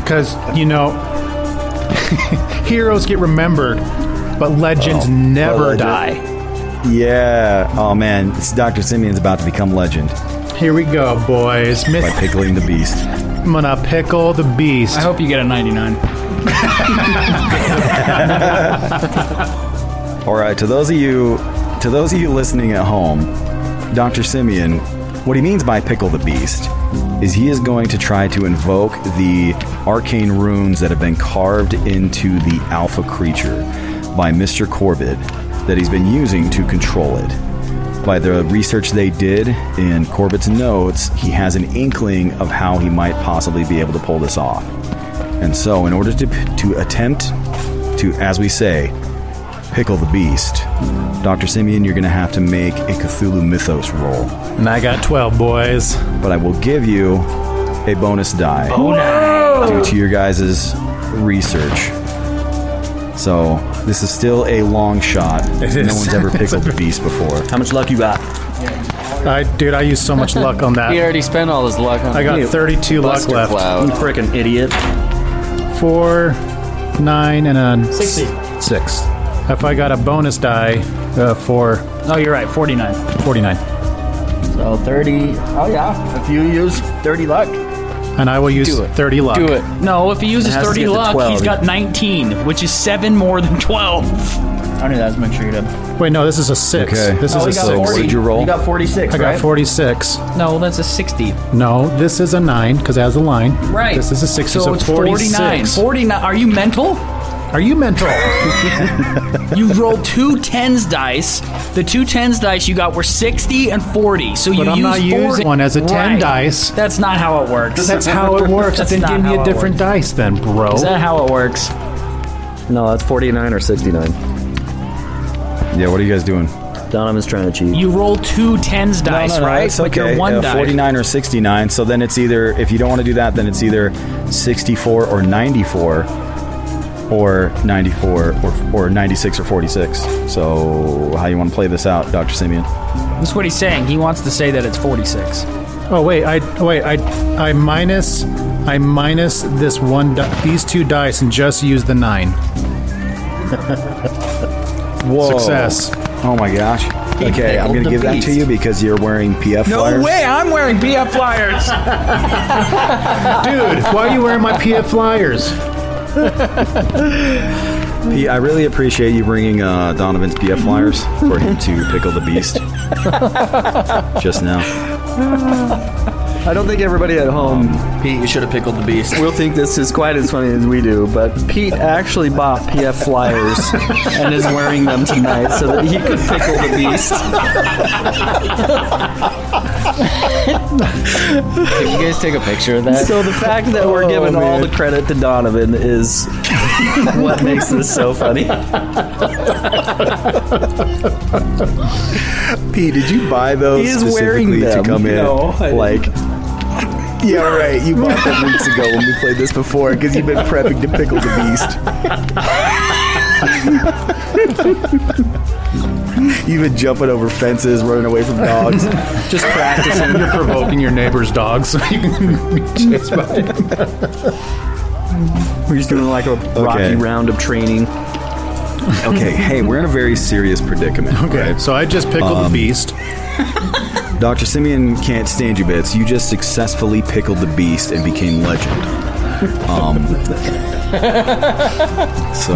Speaker 5: Because, you know, heroes get remembered, but legends
Speaker 2: Oh.
Speaker 5: never
Speaker 2: Oh, legend.
Speaker 5: die.
Speaker 2: Yeah. Oh man, it's Doctor Simeon's about to become legend.
Speaker 5: Here we go, boys.
Speaker 2: By pickling the beast.
Speaker 5: I'm going to pickle the beast. I
Speaker 8: hope you get a 99.
Speaker 2: All right, to those of you, to those of you listening at home, Doctor Simeon, what he means by pickle the beast is he is going to try to invoke the arcane runes that have been carved into the alpha creature by Mr. Corbett that he's been using to control it. By the research they did in Corbett's notes, he has an inkling of how he might possibly be able to pull this off. And so, in order to, to attempt to, as we say, pickle the beast, Dr. Simeon, you're going to have to make a Cthulhu Mythos roll.
Speaker 5: And I got 12, boys.
Speaker 2: But I will give you a bonus die due to your guys' research. So, this is still a long shot.
Speaker 5: It
Speaker 2: no
Speaker 5: is.
Speaker 2: one's ever pickled the beast before.
Speaker 4: How much luck you got?
Speaker 5: I, dude, I used so much luck on that.
Speaker 9: He already spent all his luck on
Speaker 5: I got
Speaker 9: You
Speaker 5: 32 luck
Speaker 9: Buster
Speaker 5: left.
Speaker 9: Cloud.
Speaker 5: You
Speaker 4: frickin' idiot.
Speaker 5: Four, nine, and a
Speaker 8: Sixty.
Speaker 5: s- six. If I got a bonus die uh, for
Speaker 8: Oh, you're right. 49.
Speaker 5: 49,
Speaker 10: So 30. Oh, yeah. If you use 30 luck.
Speaker 5: and I will use
Speaker 10: Do it.
Speaker 5: 30 luck.
Speaker 10: Do it.
Speaker 8: No, if he uses
Speaker 10: It has to
Speaker 8: 30
Speaker 10: get to
Speaker 8: luck,
Speaker 10: 12.
Speaker 8: he's got 19, which is 7 more than 12.
Speaker 10: I knew that was make sure you did.
Speaker 5: Wait, no, this is a six.
Speaker 2: Okay.
Speaker 5: This
Speaker 10: Oh,
Speaker 5: is
Speaker 10: we
Speaker 5: a
Speaker 10: got
Speaker 5: six.
Speaker 10: 40. You got 46,
Speaker 5: I got
Speaker 10: right?
Speaker 5: 46.
Speaker 8: No, that's a 60.
Speaker 5: No, this is a nine because it has a line. This is a six.
Speaker 8: So, it's 49.
Speaker 5: 46.
Speaker 8: 49. Are you mental?
Speaker 5: Are you mental?
Speaker 8: you rolled two tens dice. The two tens dice you got were 60 and 40. So you
Speaker 5: But I'm
Speaker 8: used
Speaker 5: not using
Speaker 8: 40.
Speaker 5: one as a 10
Speaker 8: Right.
Speaker 5: dice.
Speaker 8: That's not how it works.
Speaker 5: That's how it works.
Speaker 8: That's
Speaker 5: then
Speaker 8: not
Speaker 5: give me
Speaker 8: how
Speaker 5: a
Speaker 8: it
Speaker 5: different
Speaker 8: works.
Speaker 5: dice, then, bro.
Speaker 8: Is that how it works?
Speaker 4: No, that's 49 or 69.
Speaker 2: Yeah, what are you guys doing?
Speaker 4: Donovan's trying to cheat.
Speaker 8: You roll two tens
Speaker 2: No,
Speaker 8: dice,
Speaker 2: no, no,
Speaker 8: right?
Speaker 2: It's
Speaker 8: But
Speaker 2: okay.
Speaker 8: you're one
Speaker 2: Uh,
Speaker 8: die.
Speaker 2: 49 or 69. So then it's either, if you don't want to do that, then it's either 64 or 94 or 94 or, or 96 or 46. So how you want to play this out, Dr. Simeon?
Speaker 8: That's what he's saying. He wants to say that it's 46.
Speaker 5: Oh wait, I wait, I I minus I minus this one di- these two dice and just use the nine.
Speaker 2: Whoa.
Speaker 5: Success.
Speaker 2: Oh my gosh.
Speaker 5: He
Speaker 2: okay,
Speaker 5: pickled
Speaker 2: I'm going
Speaker 5: the
Speaker 2: to give that
Speaker 5: beast.
Speaker 2: to you because you're wearing PF flyers.
Speaker 8: I'm wearing BF flyers.
Speaker 5: Dude, why are you wearing my PF flyers?
Speaker 2: P- I really appreciate you bringing uh, Donovan's PF flyers for him to pickle the beast just now.
Speaker 4: I don't think everybody at home, Pete, you should have pickled the beast. Will think this is quite as funny as we do, but Pete actually bought PF flyers and is wearing them tonight so that he could pickle the beast.
Speaker 9: Can you guys take a picture of that?
Speaker 4: So the fact that we're giving all the credit to Donovan is what makes this so funny.
Speaker 2: P, did you buy
Speaker 10: Oh,
Speaker 2: those
Speaker 4: He is
Speaker 2: specifically
Speaker 4: wearing them.
Speaker 2: to come in?
Speaker 4: No, I
Speaker 2: like, yeah, right. You bought them weeks ago when we played this before because you've been prepping to pickle the beast. You've been jumping over fences, running away from dogs.
Speaker 4: Just practicing.
Speaker 5: You're provoking your neighbor's dog so you can be chased by him.
Speaker 4: We're just doing like a rocky
Speaker 2: Okay.
Speaker 4: round of training.
Speaker 2: Okay, hey, we're in a very serious predicament.
Speaker 5: Okay, so I just pickled the
Speaker 2: Um,
Speaker 5: beast.
Speaker 2: Dr. Simeon can't stand you bits. You just successfully pickled the beast and became legend. Um, so,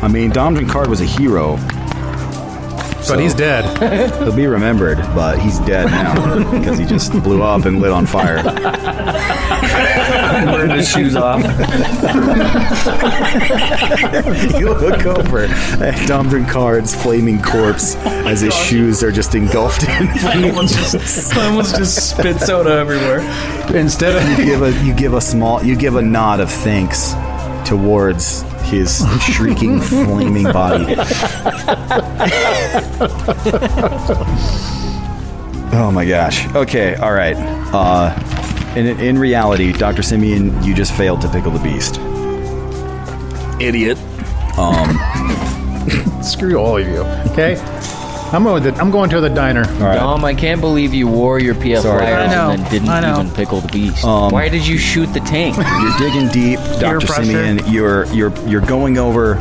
Speaker 2: I mean, Domjan Card was a hero. But
Speaker 5: he's dead.
Speaker 2: He'll be remembered, but he's dead now because he just blew up and lit on fire.
Speaker 4: Burned his shoes off.
Speaker 2: you look over at Domjan Card's flaming corpse as his shoes are just engulfed in flames.
Speaker 4: Someone's just spit soda everywhere.
Speaker 2: Instead of you give a you give a small you give a nod of thanks towards his shrieking flaming body. oh my gosh. Okay, all right. Uh in in reality, Dr. Simeon, you just failed to pickle the beast.
Speaker 10: Idiot.
Speaker 2: Um
Speaker 5: Screw all of you. Okay. I'm going. With the, I'm going to the diner.
Speaker 9: Dom, I can't believe you wore your PF
Speaker 5: Sorry,
Speaker 9: flyers
Speaker 5: Dom. I know,
Speaker 9: and then didn't
Speaker 5: I know.
Speaker 9: even pickle the beast.
Speaker 2: Um,
Speaker 9: Why did you shoot the tank?
Speaker 2: You're digging deep,
Speaker 9: Peer
Speaker 2: Doctor
Speaker 9: pressure.
Speaker 2: Simeon. You're you're you're going over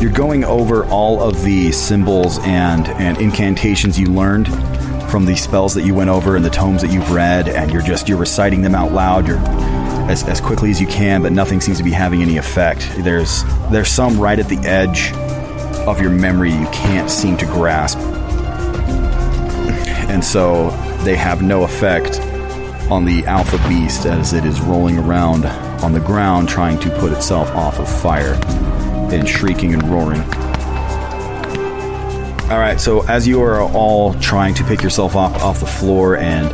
Speaker 2: you're going over all of the symbols and and incantations you learned from the spells that you went over and the tomes that you've read, and you're just you're reciting them out loud. You're as, as quickly as you can, but nothing seems to be having any effect. There's there's some right at the edge of your memory you can't seem to grasp and so they have no effect on the alpha beast as it is rolling around on the ground trying to put itself off of fire and shrieking and roaring. All right, so as you are all trying to pick yourself up off the floor and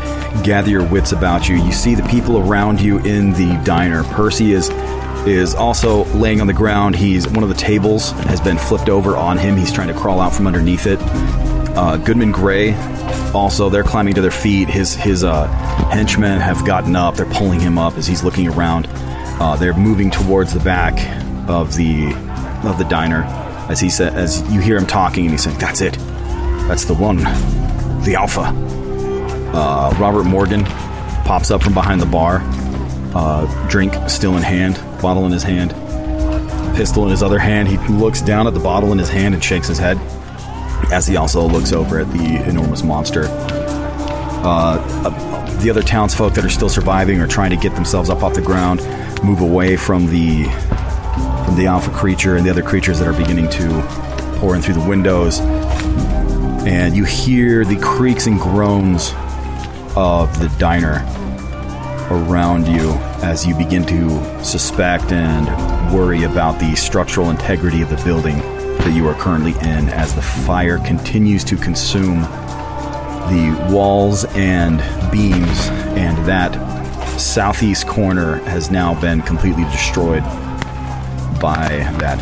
Speaker 2: gather your wits about you, you see the people around you in the diner. Percy is is also laying on the ground. He's one of the tables has been flipped over on him. He's trying to crawl out from underneath it. Uh, Goodman Gray, also they're climbing to their feet. His his uh, henchmen have gotten up. They're pulling him up as he's looking around. Uh, they're moving towards the back of the of the diner as he sa- as you hear him talking and he's saying, "That's it, that's the one, the Alpha." Uh, Robert Morgan pops up from behind the bar, uh, drink still in hand, bottle in his hand, pistol in his other hand. He looks down at the bottle in his hand and shakes his head as he also looks over at the enormous monster. Uh, uh, the other townsfolk that are still surviving are trying to get themselves up off the ground, move away from the from the alpha creature and the other creatures that are beginning to pour in through the windows. And you hear the creaks and groans of the diner around you as you begin to suspect and worry about the structural integrity of the building that you are currently in as the fire continues to consume the walls and beams, and that southeast corner has now been completely destroyed by that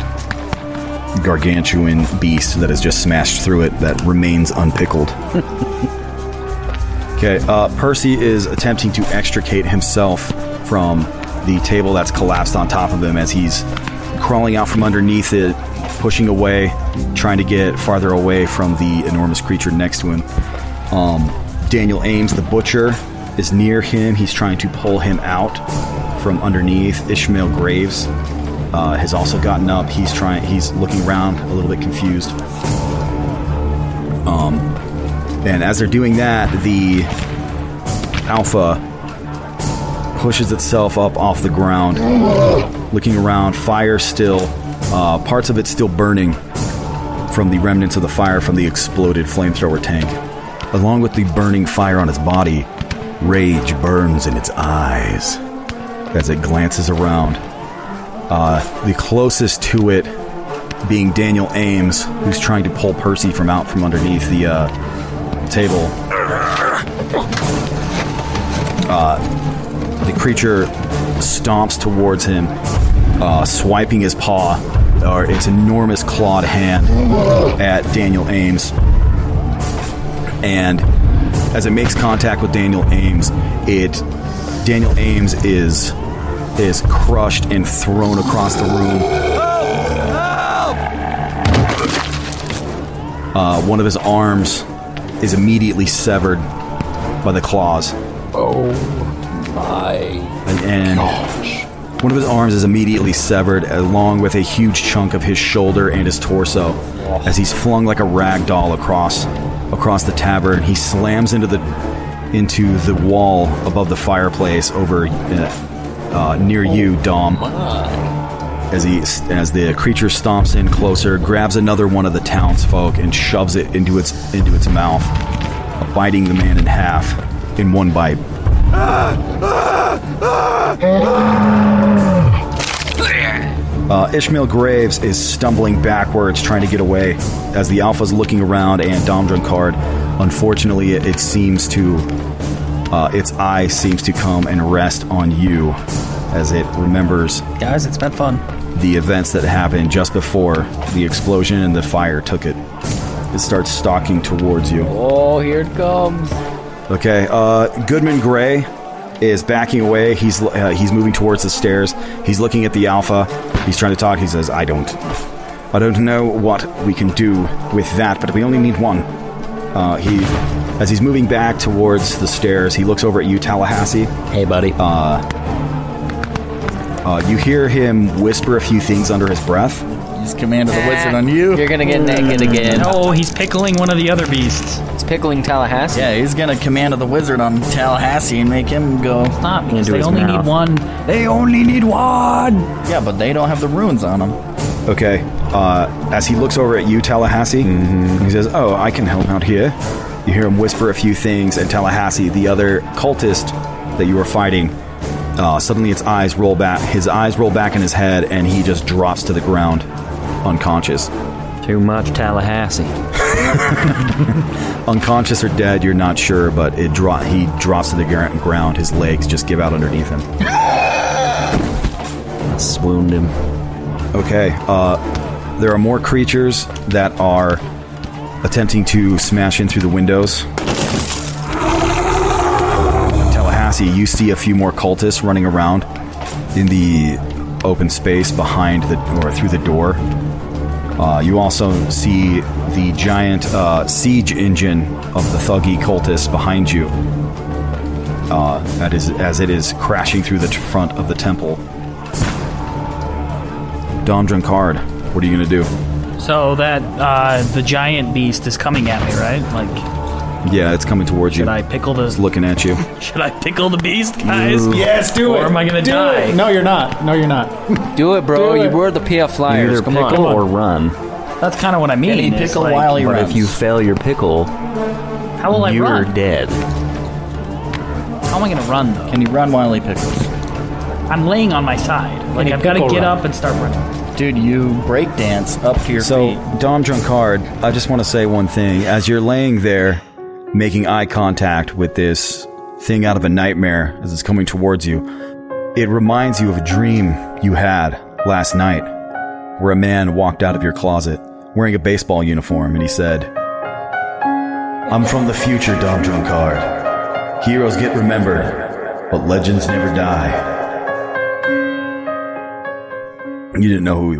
Speaker 2: gargantuan beast that has just smashed through it that remains unpickled. Okay, uh, Percy is attempting to extricate himself from the table that's collapsed on top of him as he's crawling out from underneath it, pushing away, trying to get farther away from the enormous creature next to him. Um, Daniel Ames, the butcher, is near him. He's trying to pull him out from underneath. Ishmael Graves uh, has also gotten up. He's trying. He's looking around, a little bit confused. Um, and as they're doing that, the alpha pushes itself up off the ground, looking around. Fire still, uh, parts of it still burning from the remnants of the fire from the exploded flamethrower tank. Along with the burning fire on its body, rage burns in its eyes as it glances around. Uh, the closest to it being Daniel Ames, who's trying to pull Percy from out from underneath the uh, table. Uh, the creature stomps towards him, uh, swiping his paw, or its enormous clawed hand, at Daniel Ames. And as it makes contact with Daniel Ames, it Daniel Ames is is crushed and thrown across the room. Uh, one of his arms is immediately severed by the claws. Oh my! And, and one of his arms is immediately severed, along with a huge chunk of his shoulder and his torso, as he's flung like a rag doll across across the tavern. He slams into the into the wall above the fireplace over uh, uh, near you, Dom as he as the creature stomps in closer, grabs another one of the townsfolk and shoves it into its into its mouth, biting the man in half in one bite.
Speaker 5: Ah,
Speaker 2: Uh, Ishmael Graves is stumbling backwards, trying to get away as the Alpha's looking around and Dom Drunkard. Unfortunately, it, it seems to. Uh, its eye seems to come and rest on you as it remembers.
Speaker 12: Guys, it's been fun.
Speaker 2: The events that happened just before the explosion and the fire took it. It starts stalking towards you.
Speaker 9: Oh, here it comes.
Speaker 2: Okay, uh, Goodman Gray is backing away. He's uh, he's moving towards the stairs. He's looking at the alpha. He's trying to talk. He says, "I don't, I don't know what we can do with that, but we only need one. Uh, he, as he's moving back towards the stairs, he looks over at you, Tallahassee. Hey, buddy. Uh, uh, you hear him whisper a few things under his breath. He's command
Speaker 8: of the wizard
Speaker 2: on you.
Speaker 9: Eh, You're gonna get naked again.
Speaker 2: Oh,
Speaker 8: No, he's pickling one of the other beasts.
Speaker 9: It's pickling Tallahassee.
Speaker 10: Yeah, he's gonna command of the wizard on Tallahassee and make him go.
Speaker 8: Stop,
Speaker 2: because Into they his only mouth. need
Speaker 8: one.
Speaker 10: They only need one. Yeah, but they don't have the runes on them.
Speaker 2: Okay. Uh, as he looks over at you, Tallahassee, he says, Oh, I can help out here. You hear him whisper a few things, and Tallahassee, the other cultist that you were fighting, uh, suddenly its eyes roll back. His eyes roll back in his head, and he just drops to the ground, unconscious. Too much Tallahassee. unconscious or dead, you're not sure, but it dro- he drops to the gar- ground. His legs just give out underneath him. I swooned him. Okay. Uh, there are more creatures that are attempting to smash in through the windows. Tallahassee, you see a few more cultists running around in the open space behind the or through the door. Uh, you also see the giant uh, siege engine of the thuggy cultists behind you. Uh, that is as it is crashing through the t- front of the temple. Dom Drunkard, what are you gonna do?
Speaker 8: So that uh, the giant beast is coming at me, right? Like,
Speaker 2: Yeah, it's coming towards you.
Speaker 8: Should I pickle the? It's
Speaker 2: looking at you.
Speaker 8: should I pickle the beast, guys?
Speaker 5: Ooh. Yes, do
Speaker 8: Or
Speaker 5: it.
Speaker 8: am I gonna
Speaker 5: Do
Speaker 8: die?
Speaker 5: it. No, you're not. No, you're not.
Speaker 9: Do it, bro.
Speaker 5: Do
Speaker 9: you
Speaker 5: it.
Speaker 9: were the PF Flyers.
Speaker 13: Either
Speaker 9: Come on.
Speaker 13: pickle or run.
Speaker 8: That's kind of what I mean.
Speaker 13: Any
Speaker 8: is, like,
Speaker 13: but if you fail your pickle,
Speaker 8: How will I
Speaker 13: you're
Speaker 8: run?
Speaker 13: dead.
Speaker 8: How am I gonna run though?
Speaker 10: Can you run while he pickles?
Speaker 8: I'm laying on my side. Like
Speaker 10: you
Speaker 8: I've got to
Speaker 10: pickle
Speaker 8: get
Speaker 10: run?
Speaker 8: up and start running.
Speaker 10: Dude, you breakdance up to your
Speaker 2: so,
Speaker 10: feet.
Speaker 2: Dom Drunkard, I just want to say one thing. As you're laying there, making eye contact with this thing out of a nightmare as it's coming towards you, it reminds you of a dream you had last night where a man walked out of your closet wearing a baseball uniform and he said, I'm from the future, Dom Drunkard. Heroes get remembered, but legends never die. You didn't know who he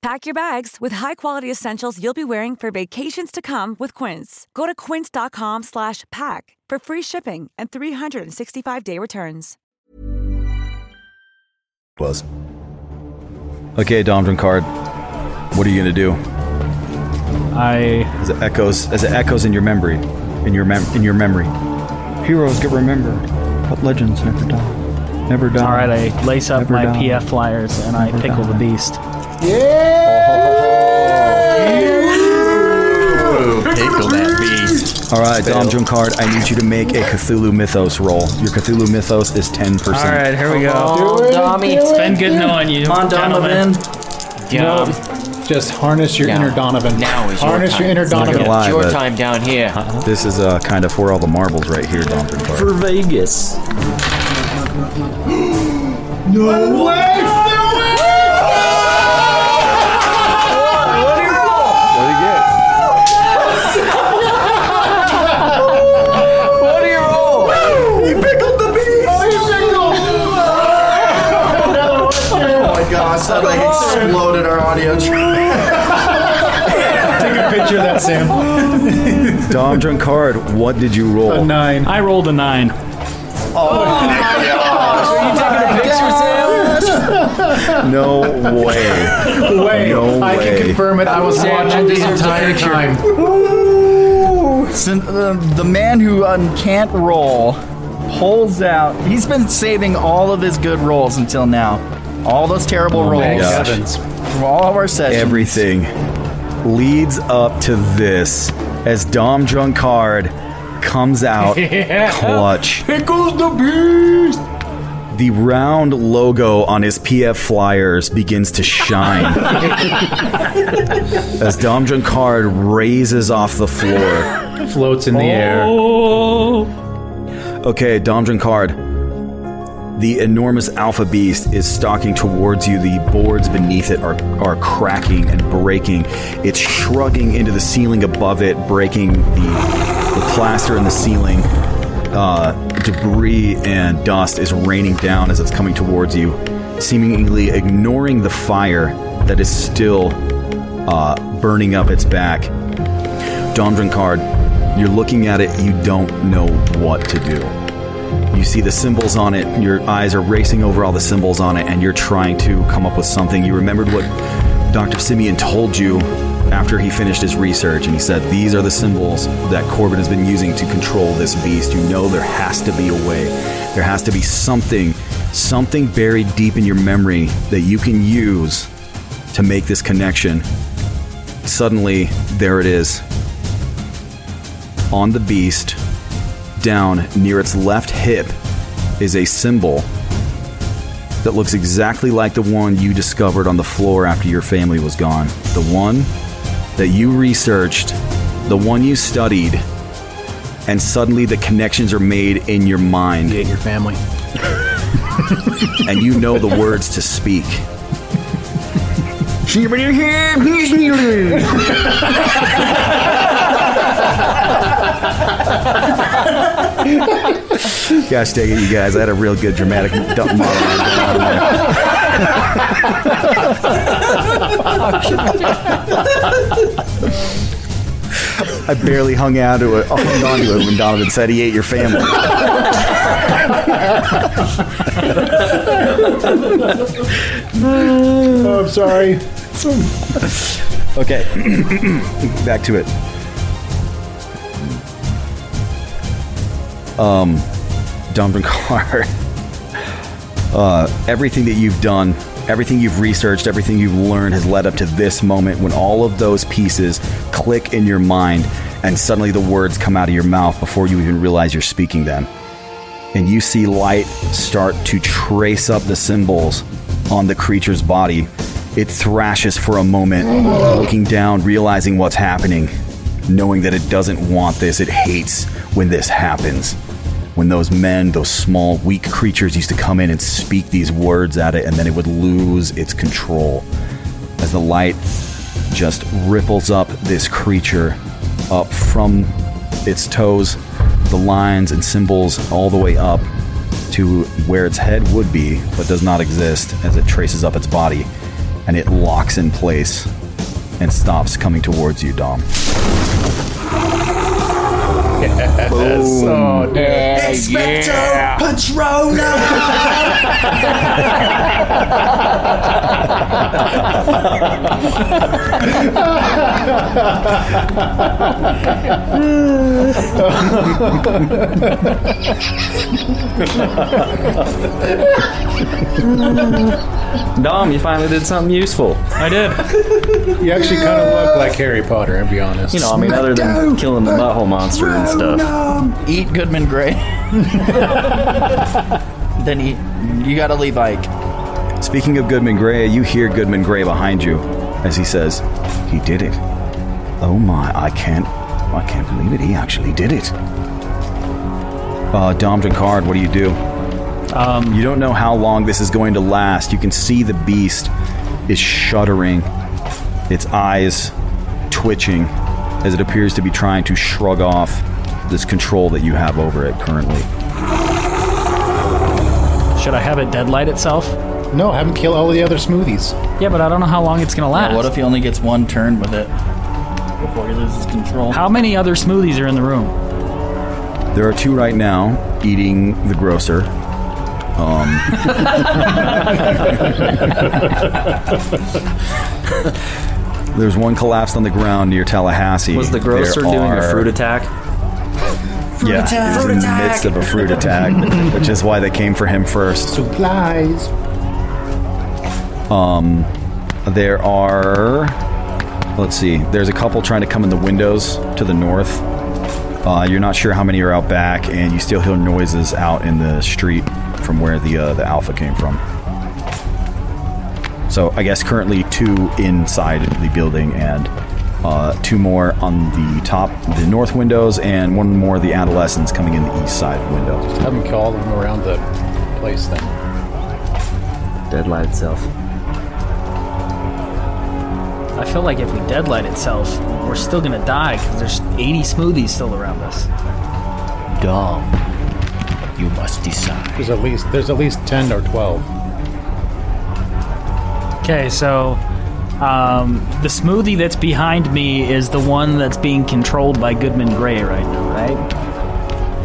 Speaker 14: Pack your bags with high-quality essentials you'll be wearing for vacations to come with Quince. Go to quince.com slash pack for free shipping and 365-day returns.
Speaker 2: was. Okay, Dom Card, what are you gonna do?
Speaker 5: I
Speaker 2: as it echoes as it echoes in your memory, in your mem- in your memory. Heroes get remembered, but legends never die. Never
Speaker 8: All right, I lace up my PF flyers and I pickle the beast.
Speaker 10: Pickle that beast.
Speaker 2: All right, Dom Drunkard, I need you to make a Cthulhu Mythos roll. Your Cthulhu Mythos is ten percent.
Speaker 8: All right, here we go.
Speaker 12: Do it, Dommy. do
Speaker 8: It's been
Speaker 12: it,
Speaker 8: good
Speaker 12: do it.
Speaker 8: knowing you.
Speaker 12: Come on,
Speaker 8: gentlemen.
Speaker 5: Nope. Just harness your inner Donovan.
Speaker 8: Now
Speaker 9: is your
Speaker 5: harness your,
Speaker 9: time.
Speaker 5: inner
Speaker 9: It's not
Speaker 5: Donovan.
Speaker 2: gonna lie,
Speaker 9: Your
Speaker 2: but
Speaker 9: time down here.
Speaker 2: This is uh, kind of for all the marbles right here, Dom Drunkard.
Speaker 4: For Vegas.
Speaker 5: No way!
Speaker 12: What do you roll?
Speaker 10: You pickled the beast! Oh my gosh, that like exploded our audio
Speaker 5: Take a picture of that, Sam.
Speaker 2: Dom Drunkard, what did you roll? A
Speaker 5: nine.
Speaker 8: I rolled a nine.
Speaker 2: No way.
Speaker 5: Wait,
Speaker 2: No
Speaker 5: I
Speaker 2: way.
Speaker 5: can confirm it. I was
Speaker 10: Sam,
Speaker 5: watching the
Speaker 10: that deserves a
Speaker 5: entire
Speaker 10: picture.
Speaker 5: time.
Speaker 10: Sin- uh, the man who um, can't roll pulls out. He's been saving all of his good rolls until now. All those terrible
Speaker 2: Oh my
Speaker 10: rolls.
Speaker 2: gosh.
Speaker 10: From all of our sessions.
Speaker 2: Everything leads up to this as Dom Drunkard comes out
Speaker 1: Yeah.
Speaker 2: clutch.
Speaker 1: Here goes the beast.
Speaker 2: The round logo on his PF flyers begins to shine as Dom Drunkard raises off the floor, Oh.
Speaker 5: floats in the air.
Speaker 2: Okay, Dom Drunkard. The enormous alpha beast is stalking towards you. The boards beneath it are, are cracking and breaking. It's shrugging into the ceiling above it, breaking the, the plaster in the ceiling. Uh, debris and dust is raining down as it's coming towards you, seemingly ignoring the fire that is still uh, burning up its back. Domdrin card, you're looking at it, you don't know what to do. You see the symbols on it, your eyes are racing over all the symbols on it, and you're trying to come up with something. You remembered what Dr. Simeon told you after he finished his research, and he said, These are the symbols that Corbin has been using to control this beast. You know there has to be a way, there has to be something, something buried deep in your memory that you can use to make this connection. Suddenly, there it is. On the beast, down near its left hip, is a symbol that looks exactly like the one you discovered on the floor after your family was gone. The one that you researched, the one you studied, and suddenly the connections are made in your mind.
Speaker 5: Hate your family.
Speaker 2: and you know the words to speak. Gosh dang it, you guys. I had a real good dramatic dump I barely hung out to it, hung on to it when Donovan said he ate your family.
Speaker 5: oh, I'm sorry.
Speaker 2: okay, back to it. um, Dumbrin Car. Uh, everything that you've done, everything you've researched, everything you've learned has led up to this moment when all of those pieces click in your mind and suddenly the words come out of your mouth before you even realize you're speaking them. And you see light start to trace up the symbols on the creature's body. It thrashes for a moment, looking down, realizing what's happening knowing that it doesn't want this. It hates when this happens. When those men, those small, weak creatures used to come in and speak these words at it, and then it would lose its control. As the light just ripples up this creature up from its toes, the lines and symbols all the way up to where its head would be, but does not exist as it traces up its body, and it locks in place and stops coming towards you, Dom.
Speaker 1: Yes. Oh, dude.
Speaker 2: Expecto
Speaker 1: yeah.
Speaker 4: Dom, you finally did something useful.
Speaker 8: I did.
Speaker 5: You actually kind of look like Harry Potter, and be honest.
Speaker 4: You know, I mean, other than killing the butthole monster
Speaker 10: Oh,
Speaker 4: and stuff.
Speaker 10: Eat Goodman Gray. then eat. You gotta leave Ike.
Speaker 2: Speaking of Goodman Gray, you hear Goodman Gray behind you as he says, "He did it. Oh my, I can't, I can't believe it. He actually did it." Uh, Dom Card, what do you do? Um, you don't know how long this is going to last. You can see the beast is shuddering, its eyes twitching as it appears to be trying to shrug off this control that you have over it currently.
Speaker 8: Should I have it deadlight itself?
Speaker 5: No, have him kill all the other smoothies.
Speaker 8: Yeah, but I don't know how long it's gonna last.
Speaker 10: what if he only gets one turn with it before he loses control?
Speaker 8: How many other smoothies are in the room?
Speaker 2: There are two right now eating the grocer. Um, there's one collapsed on the ground near Tallahassee.
Speaker 4: Was the grocer
Speaker 2: There
Speaker 4: doing a
Speaker 2: are-
Speaker 4: fruit attack?
Speaker 2: Fruit yeah,
Speaker 1: attack.
Speaker 2: he's
Speaker 1: Fruit
Speaker 2: in the
Speaker 1: attack.
Speaker 2: midst of a fruit attack, which is why they came for him first.
Speaker 11: Lies.
Speaker 2: Um, there are, let's see, there's a couple trying to come in the windows to the north. Uh, you're not sure how many are out back, and you still hear noises out in the street from where the uh, the alpha came from. So I guess currently two inside the building and uh, two more on the top, the north windows, and one more the adolescents coming in the east side window.
Speaker 11: Have them call them around the place then.
Speaker 2: Deadlight itself.
Speaker 8: I feel like if we deadlight itself, we're still gonna die because there's 80 smoothies still around us.
Speaker 11: Dumb. You must decide. There's at least there's at least ten or twelve.
Speaker 8: Okay, so um, the smoothie that's behind me is the one that's being controlled by Goodman Gray right now, right?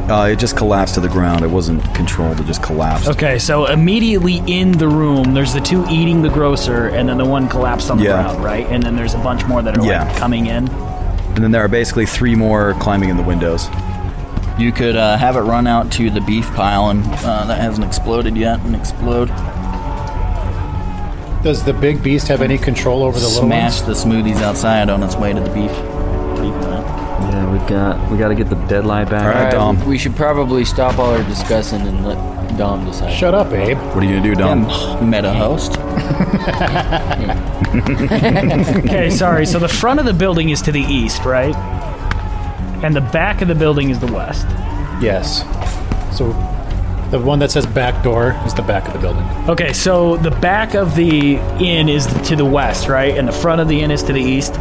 Speaker 2: Uh, it just collapsed to the ground. It wasn't controlled. It just collapsed.
Speaker 8: Okay, so immediately in the room, there's the two eating the grocer, and then the one collapsed on the
Speaker 2: Yeah.
Speaker 8: ground, right? And then there's a bunch more that are
Speaker 2: Yeah.
Speaker 8: like coming in.
Speaker 2: And then there are basically three more climbing in the windows.
Speaker 10: You could uh, have it run out to the beef pile, and uh, that hasn't exploded yet, and explode.
Speaker 11: Does the big beast have any control over the little
Speaker 10: Smash
Speaker 11: ones?
Speaker 10: the smoothies outside on its way to the beef. beef pile.
Speaker 13: Yeah, we got we got to get the deadline back.
Speaker 9: We should probably stop all our discussing and let Dom decide.
Speaker 11: Shut up, Abe.
Speaker 2: What are you gonna do, Dom?
Speaker 10: meta host.
Speaker 8: okay, sorry. So the front of the building is to the east, right? And the back of the building is the west.
Speaker 11: Yes. So the one that says back door is the back of the building.
Speaker 8: Okay, so the back of the inn is to the west, right? And the front of the inn is to the east.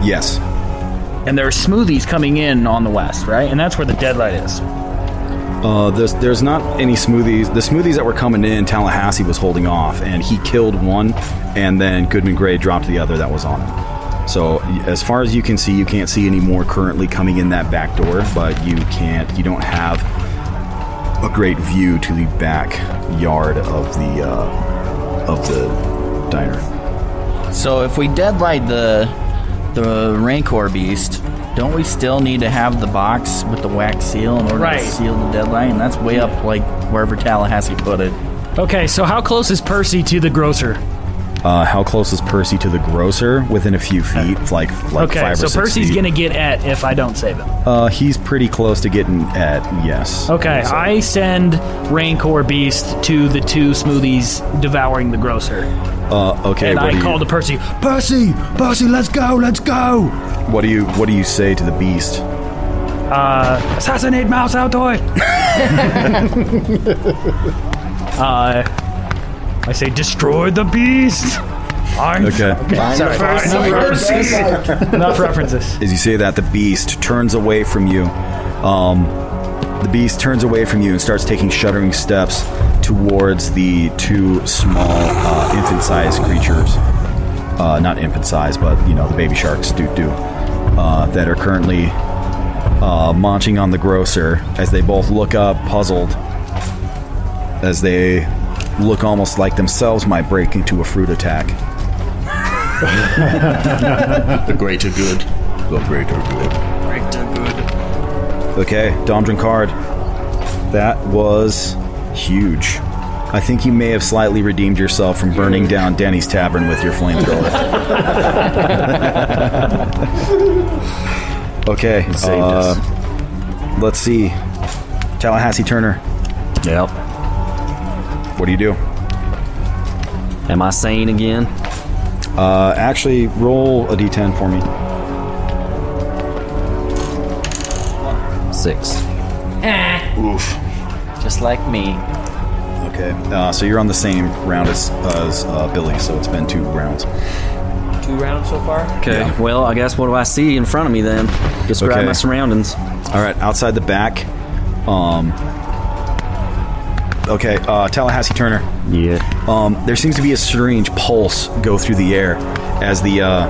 Speaker 2: Yes.
Speaker 8: And there are smoothies coming in on the west, right? And that's where the deadlight is.
Speaker 2: Uh, there's, there's not any smoothies. The smoothies that were coming in, Tallahassee was holding off, and he killed one, and then Goodman Gray dropped the other that was on him. So, y- as far as you can see, you can't see any more currently coming in that back door, but you can't, you don't have a great view to the backyard of the uh, of the diner.
Speaker 10: So if we deadlight the the Rancor beast, don't we still need to have the box with the wax seal in order
Speaker 8: Right.
Speaker 10: to seal the deadlight? And that's way up, like wherever Tallahassee put it.
Speaker 8: Okay, so how close is Percy to the grocer?
Speaker 2: Uh, how close is Percy to the grocer? Within a few feet, like like
Speaker 8: okay,
Speaker 2: five or
Speaker 8: so
Speaker 2: six
Speaker 8: Percy's
Speaker 2: feet.
Speaker 8: gonna get at if I don't save him.
Speaker 2: Uh, he's pretty close to getting at yes.
Speaker 8: Okay,
Speaker 2: So-
Speaker 8: I send Rancor Beast to the two smoothies devouring the grocer.
Speaker 2: Uh, okay.
Speaker 8: and
Speaker 2: what do
Speaker 8: I
Speaker 2: you-
Speaker 8: call to Percy,
Speaker 2: Percy, Percy, let's go, let's go. What do you What do you say to the beast?
Speaker 8: uh, assassinate Mouse Outdoy! uh, I say, destroy the beast! I'm
Speaker 2: Okay.
Speaker 1: Fine,
Speaker 8: Sorry, enough
Speaker 1: fine.
Speaker 8: references. enough references.
Speaker 2: As you say that, the beast turns away from you. Um, the beast turns away from you and starts taking shuddering steps towards the two small uh, infant-sized creatures. Uh, not infant-sized, but you know the baby sharks do do uh, that are currently uh, munching on the grocer as they both look up, puzzled, as they look almost like themselves might break into a fruit attack.
Speaker 1: the
Speaker 2: greater good. The greater good.
Speaker 1: Greater good.
Speaker 2: Okay, Dom Drinkard. That was huge. I think you may have slightly redeemed yourself from burning down Danny's Tavern with your flamethrower. okay,
Speaker 13: saved us.
Speaker 2: uh, let's see. Tallahassee Turner.
Speaker 13: Yep.
Speaker 2: What do you do?
Speaker 13: Am I sane again?
Speaker 2: Uh, actually, roll a d10 for me.
Speaker 13: Six.
Speaker 2: Oof.
Speaker 9: Just like me.
Speaker 2: Okay, uh, so you're on the same round as, as uh, Billy, so it's been two rounds.
Speaker 9: Two rounds so far.
Speaker 13: Okay. Well, I guess what do I see in front of me then? Describe
Speaker 2: Okay.
Speaker 13: my surroundings.
Speaker 2: All right, outside the back. Um. Okay, uh, Tallahassee Turner.
Speaker 13: Yeah.
Speaker 2: Um, there seems to be a strange pulse go through the air as the uh,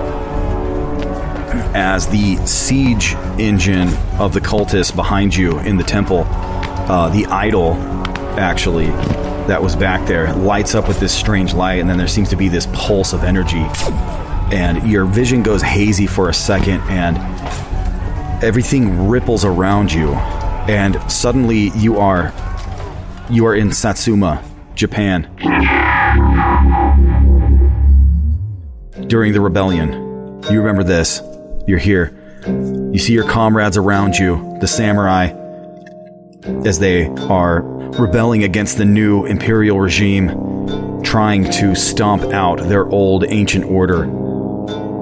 Speaker 2: as the siege engine of the cultists behind you in the temple, uh, the idol, actually, that was back there, lights up with this strange light, and then there seems to be this pulse of energy, and your vision goes hazy for a second, and Everything ripples around you, and suddenly you are you are in Satsuma, Japan. During the rebellion, you remember this. You're here. You see your comrades around you, the samurai, as they are rebelling against the new imperial regime, trying to stomp out their old ancient order,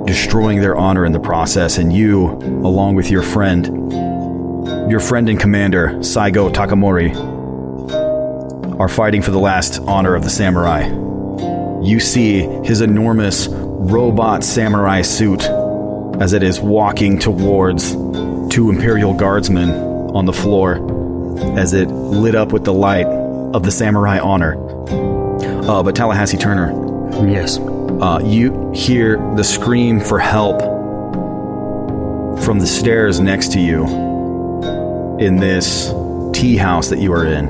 Speaker 2: destroying their honor in the process, and you, along with your friend, your friend and commander, Saigo Takamori, are fighting for the last honor of the samurai. You see his enormous robot samurai suit as it is walking towards two Imperial guardsmen on the floor as it lit up with the light of the samurai honor. Uh, but Tallahassee Turner.
Speaker 4: Yes.
Speaker 2: Uh, you hear the scream for help from the stairs next to you in this tea house that you are in.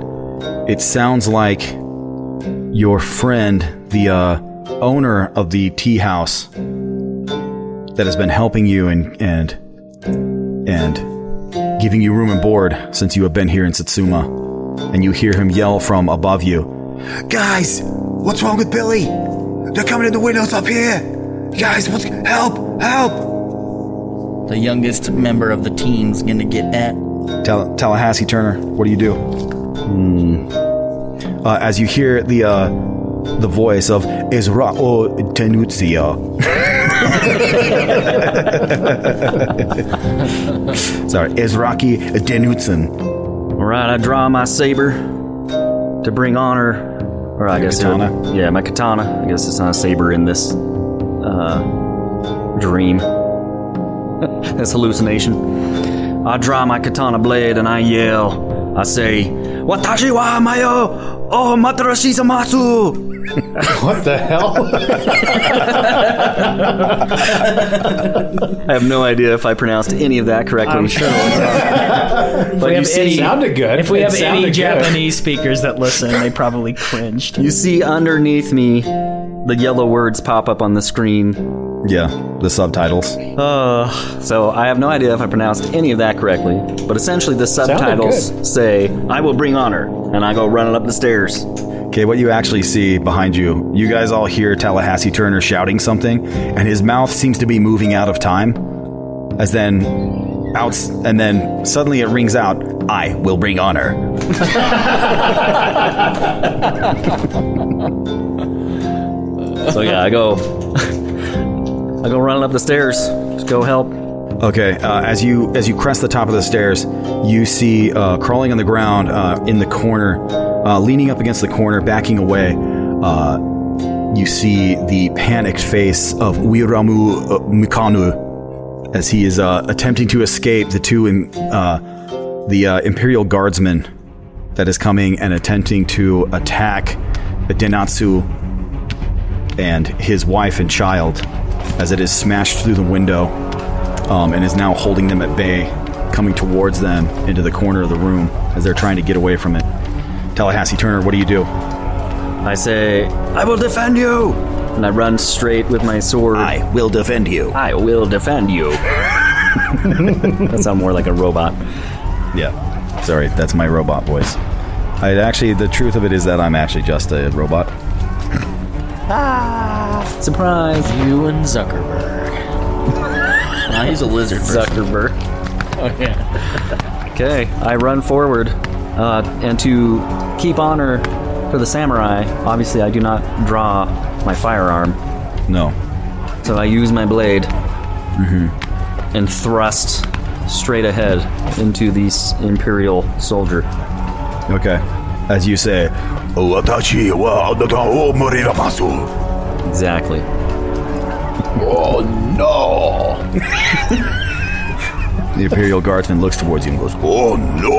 Speaker 2: It sounds like your friend, the uh, owner of the tea house, that has been helping you and and and giving you room and board since you have been here in Satsuma, and you hear him yell from above you.
Speaker 15: Guys, what's wrong with Billy? They're coming in the windows up here. Guys, what's help? Help!
Speaker 10: The youngest member of the team's gonna get at.
Speaker 2: Tell, Tallahassee Turner, what do you do? Hmm. Uh, as you hear the uh, the voice of Ezra O Tenuzia. Sorry, Ezraki Denutsen.
Speaker 4: All right, I draw my saber to bring honor. Or I
Speaker 2: Your
Speaker 4: guess it
Speaker 2: katana?
Speaker 4: would- yeah, my katana. I guess it's not a saber in this uh, dream. this hallucination. I draw my katana blade and I yell. I say, "Watashi wa mayo o matarashi zamasu."
Speaker 16: What the hell?
Speaker 4: I have no idea if I pronounced any of that correctly.
Speaker 8: I'm sure. If we
Speaker 4: you
Speaker 8: have
Speaker 4: see-
Speaker 8: any-
Speaker 4: Sounded good.
Speaker 8: If we
Speaker 4: It
Speaker 8: have any
Speaker 4: sounded good.
Speaker 8: Japanese speakers that listen, they probably cringed.
Speaker 4: You see underneath me the yellow words pop up on the screen.
Speaker 2: Yeah, the subtitles.
Speaker 4: Uh, so I have no idea if I pronounced any of that correctly, but essentially the
Speaker 2: Sounded
Speaker 4: subtitles say, I will bring honor, and I go running up the stairs.
Speaker 2: Okay, what you actually see behind you, you guys all hear Tallahassee Turner shouting something, and his mouth seems to be moving out of time. As then, outs, and then suddenly it rings out, I will bring honor.
Speaker 4: So yeah, I go, I go running up the stairs. Just go help.
Speaker 2: Okay, uh, as you as you crest the top of the stairs, you see uh, crawling on the ground uh, in the corner, uh, leaning up against the corner, backing away. Uh, you see the panicked face of Wiramu uh, Mikanu as he is uh, attempting to escape the two im- uh, the uh, Imperial Guardsmen that is coming and attempting to attack Denatsu and his wife and child as it is smashed through the window um, and is now holding them at bay, coming towards them into the corner of the room as they're trying to get away from it. Tallahassee Turner, what do you do?
Speaker 4: I say, I will defend you! And I run straight with my sword. I
Speaker 2: will defend you.
Speaker 4: I will defend you. that sounds more like a robot.
Speaker 2: Yeah. Sorry, that's my robot voice. I actually, the truth of it is that I'm actually just a robot.
Speaker 4: Surprise!
Speaker 17: You and Zuckerberg.
Speaker 10: Nah, he's a lizard.
Speaker 4: Zuckerberg.
Speaker 17: Oh, yeah.
Speaker 4: Okay, I run forward. Uh, and to keep honor for the samurai, obviously I do not draw my firearm.
Speaker 2: No.
Speaker 4: So I use my blade and thrust straight ahead into the s- Imperial soldier.
Speaker 2: Okay. As you say,
Speaker 4: Watashi wa Exactly.
Speaker 15: Oh no!
Speaker 2: The Imperial Guardsman looks towards you and goes,
Speaker 15: Oh no!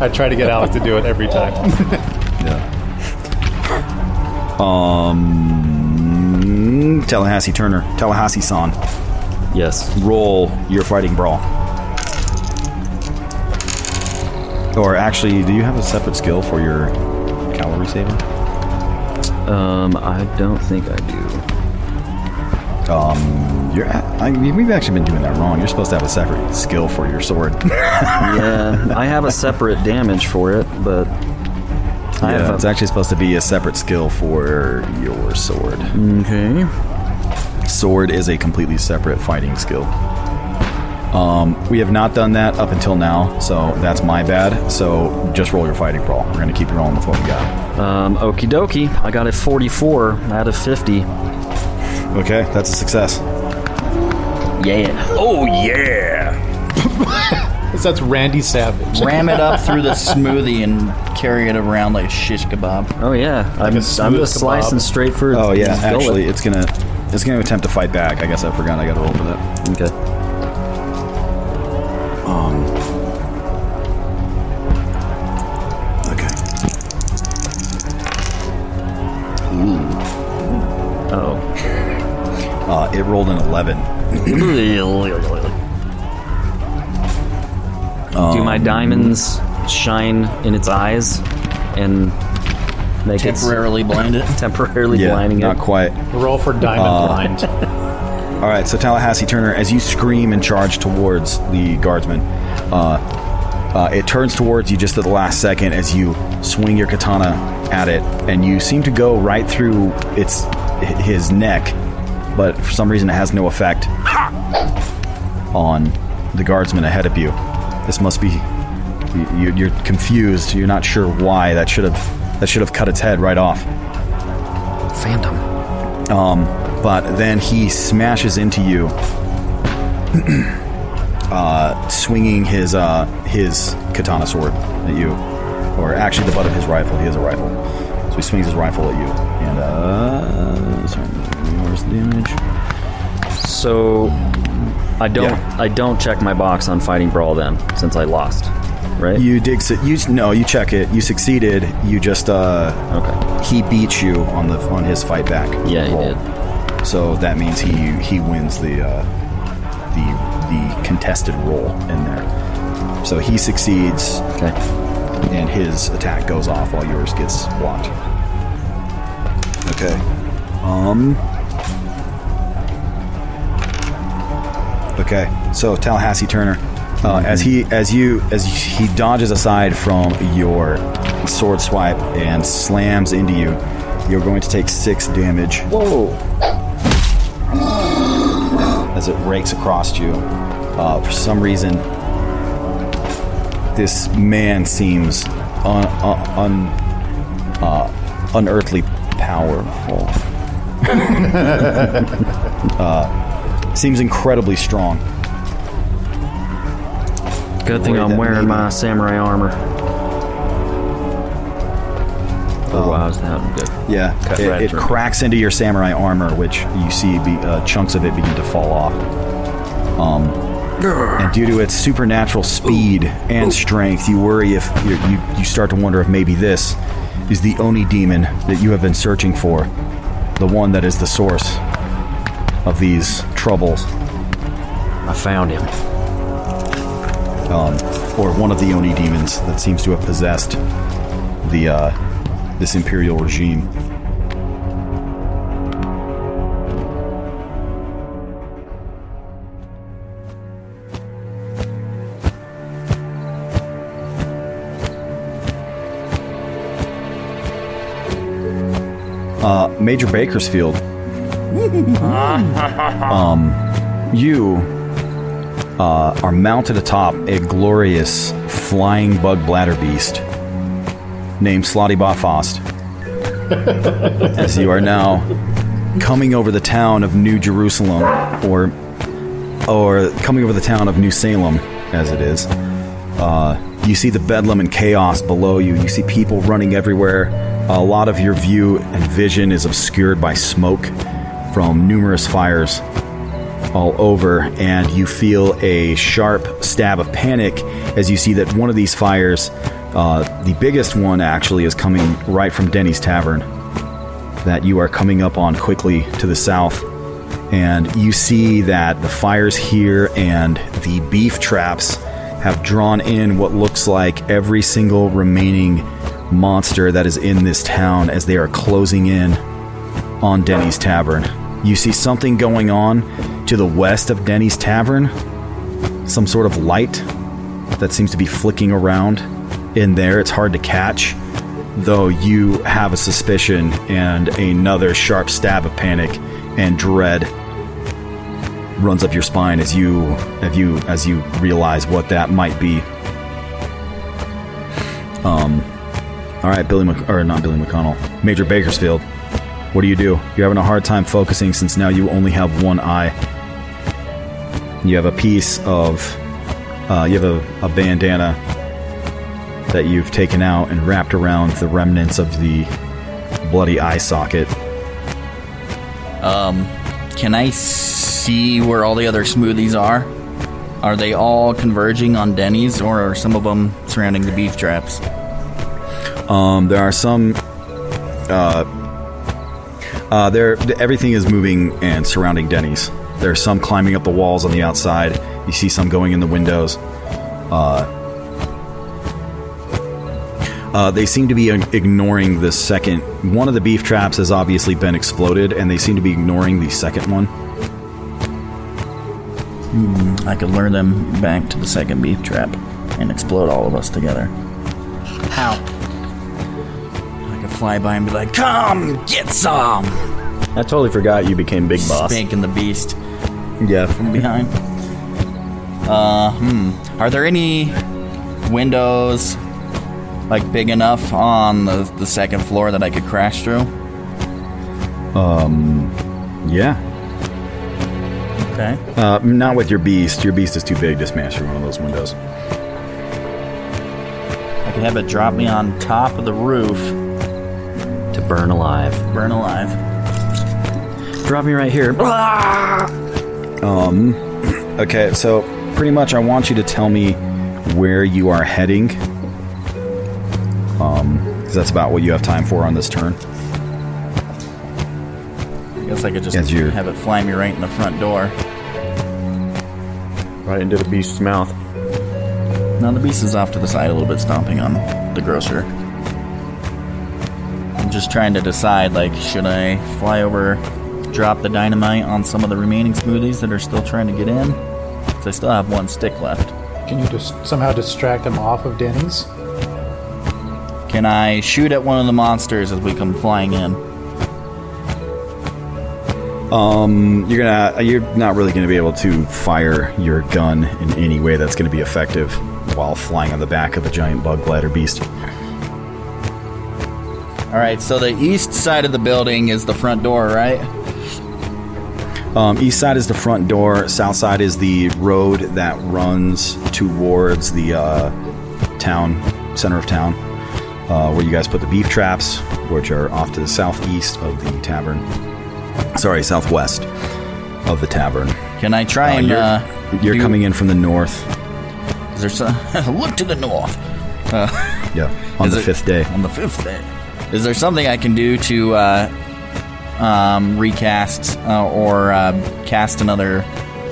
Speaker 5: I try to get Alec to do it every time.
Speaker 2: Um, Tallahassee Turner, Tallahassee San.
Speaker 4: Yes.
Speaker 2: Roll your fighting brawl. Or actually, do you have a separate skill for your cavalry saving?
Speaker 4: Um, I don't think I do.
Speaker 2: Um, you're. a- I mean, we've actually been doing that wrong. You're supposed to have a separate skill for your sword.
Speaker 13: yeah, I have a separate damage for it, but I
Speaker 2: yeah,
Speaker 13: have a-
Speaker 2: it's actually supposed to be a separate skill for your sword.
Speaker 13: Okay.
Speaker 2: Sword is a completely separate fighting skill. Um, we have not done that up until now, so that's my bad. So just roll your fighting brawl. We're gonna keep rolling with what we got.
Speaker 13: Um, okie dokie. I got a 44 out of 50.
Speaker 2: Okay, that's a success.
Speaker 13: Yeah. Oh, yeah.
Speaker 5: That's Randy Savage.
Speaker 10: Ram it up through the smoothie and carry it around like shish kebab. Um,
Speaker 13: Oh yeah,
Speaker 10: I'm,
Speaker 13: I'm just slicing straight through.
Speaker 2: Oh yeah,
Speaker 13: Just go
Speaker 2: actually,
Speaker 13: with
Speaker 2: it's gonna it's gonna attempt to fight back. I guess I forgot. I got to roll for that.
Speaker 13: Okay.
Speaker 2: Um. Okay. Ooh.
Speaker 13: Oh.
Speaker 2: Uh, it rolled an eleven.
Speaker 13: Do my
Speaker 2: Um,
Speaker 13: diamonds shine in its eyes and make it
Speaker 10: Temporarily blind it?
Speaker 13: Temporarily
Speaker 2: Yeah,
Speaker 13: blinding
Speaker 2: not
Speaker 13: it.
Speaker 2: quite.
Speaker 5: Roll for
Speaker 2: Uh,
Speaker 5: diamond
Speaker 2: All right, so Tallahassee Turner, as you scream and charge towards the guardsman, uh, uh, it turns towards you just at the last second as you swing your katana at it, and you seem to go right through its his neck, but for some reason it has no effect on the guardsman ahead of you. This must be you, you're confused. You're not sure why that should have that should have cut its head right off.
Speaker 13: Phantom.
Speaker 2: Um, but then he smashes into you, uh, swinging his uh, his katana sword at you, or actually the butt of his rifle. He has a rifle, so he swings his rifle at you. And uh, sorry, where's the damage?
Speaker 13: So I don't I don't check my box on fighting brawl then since I lost, right?
Speaker 2: You dig. su- You no. You check it. You succeeded. You just uh. Okay. He beats you on the on his fight back. Yeah, he did. So that means he he wins the uh, the the contested roll in there. So he succeeds. Okay. And his attack goes off while yours gets blocked. Okay. Um. Okay, so Tallahassee Turner, uh, as he as you as he dodges aside from your sword swipe and slams into you, you're going to take six damage. Whoa! As it rakes across you, uh, for some reason, this man seems un, un, un uh, unearthly powerful uh, seems incredibly strong.
Speaker 13: Good thing
Speaker 2: Where'd
Speaker 13: I'm
Speaker 2: that
Speaker 13: wearing
Speaker 2: mean?
Speaker 13: my samurai armor.
Speaker 2: Oh.
Speaker 13: Otherwise, Oh, that would get
Speaker 2: Yeah,
Speaker 13: cut right
Speaker 2: it, it
Speaker 13: through.
Speaker 2: cracks into your samurai armor, which you see be, uh, chunks of it begin to fall off. Um, and due to its supernatural speed and strength, you worry if you, you you start to wonder if maybe this is the only demon that you have been searching for, the one that is the source of these troubles. I
Speaker 13: found him.
Speaker 2: Um, or one of the Oni demons that seems to have possessed the uh, this imperial regime. Uh, Major Bakersfield, um, you uh, are mounted atop a glorious flying bug bladder beast named Slottybot Fost, as you are now coming over the town of New Jerusalem, or or coming over the town of New Salem, as it is. Uh, you see the bedlam and chaos below you. You see people running everywhere. A lot of your view and vision is obscured by smoke from numerous fires all over, and you feel a sharp stab of panic as you see that one of these fires, uh, the biggest one actually, is coming right from Denny's Tavern that you are coming up on quickly to the south. And you see that the fires here and the beef traps have drawn in what looks like every single remaining monster that is in this town as they are closing in on Denny's Tavern. You see something going on to the west of Denny's Tavern. Some sort of light that seems to be flicking around in there. It's hard to catch, though you have a suspicion and another sharp stab of panic and dread runs up your spine as you as you as you realize what that might be. Um, all right, Billy Mc- or not Billy McConnell, Major Bakersfield. What do you do? You're having a hard time focusing since now you only have one eye. You have a piece of uh, you have a, a bandana that you've taken out and wrapped around the remnants of the bloody eye socket.
Speaker 10: Um, can I see where all the other smoothies are? Are they all converging on Denny's, or are some of them surrounding the beef traps?
Speaker 2: Um, there are some. Uh, uh, there, everything is moving and surrounding Denny's. There are some climbing up the walls on the outside. You see some going in the windows. Uh, uh, they seem to be ig- ignoring the second. One of the beef traps has obviously been exploded, and they seem to be ignoring the second one.
Speaker 10: Hmm, I could lure them back to the second beef trap and explode all of us together. How? I could fly by and be like, "Come get some!"
Speaker 2: I totally forgot you became Big Boss.
Speaker 10: Spanking the beast.
Speaker 2: Yeah,
Speaker 10: from behind. Uh, hmm. Are there any windows like big enough on the, the second floor that I could crash through?
Speaker 2: Um, yeah.
Speaker 10: Okay.
Speaker 2: Uh, not with your beast. Your beast is too big to smash through one of those windows.
Speaker 10: I could have it drop me on top of the roof.
Speaker 2: To burn alive.
Speaker 10: Burn alive.
Speaker 2: Drop me right here. Um. Okay, so pretty much, I want you to tell me where you are heading. Um, 'cause that's about what you have time for on this turn.
Speaker 10: I guess I could just
Speaker 2: Yes, you-
Speaker 10: have it fly me right in the front door.
Speaker 18: Right into the beast's mouth.
Speaker 10: Now the beast is off to the side a little bit, stomping on the grocer. I'm just trying to decide, like, should I fly over, drop the dynamite on some of the remaining smoothies that are still trying to get in? 'Cause I still have one stick left.
Speaker 5: Can you just somehow distract them off of Denny's?
Speaker 10: Can I shoot at one of the monsters as we come flying in?
Speaker 2: Um, you're gonna, you're not really gonna be able to fire your gun in any way that's gonna be effective while flying on the back of a giant bug glider beast.
Speaker 10: All right, so the east side of the building is the front door, right?
Speaker 2: Um, east side is the front door. South side is the road that runs towards the uh, town, center of town, uh, where you guys put the beef traps, which are off to the southeast of the tavern. Sorry, southwest of the tavern.
Speaker 10: Can I try and,
Speaker 2: You're,
Speaker 10: uh,
Speaker 2: you're
Speaker 10: do-
Speaker 2: coming in from the north.
Speaker 10: Is there some? Look to the north. Uh,
Speaker 2: yeah, on
Speaker 10: is
Speaker 2: the
Speaker 10: there-
Speaker 2: fifth day.
Speaker 10: On the fifth day. Is there something I can do to uh, um, recast uh, or uh, cast another?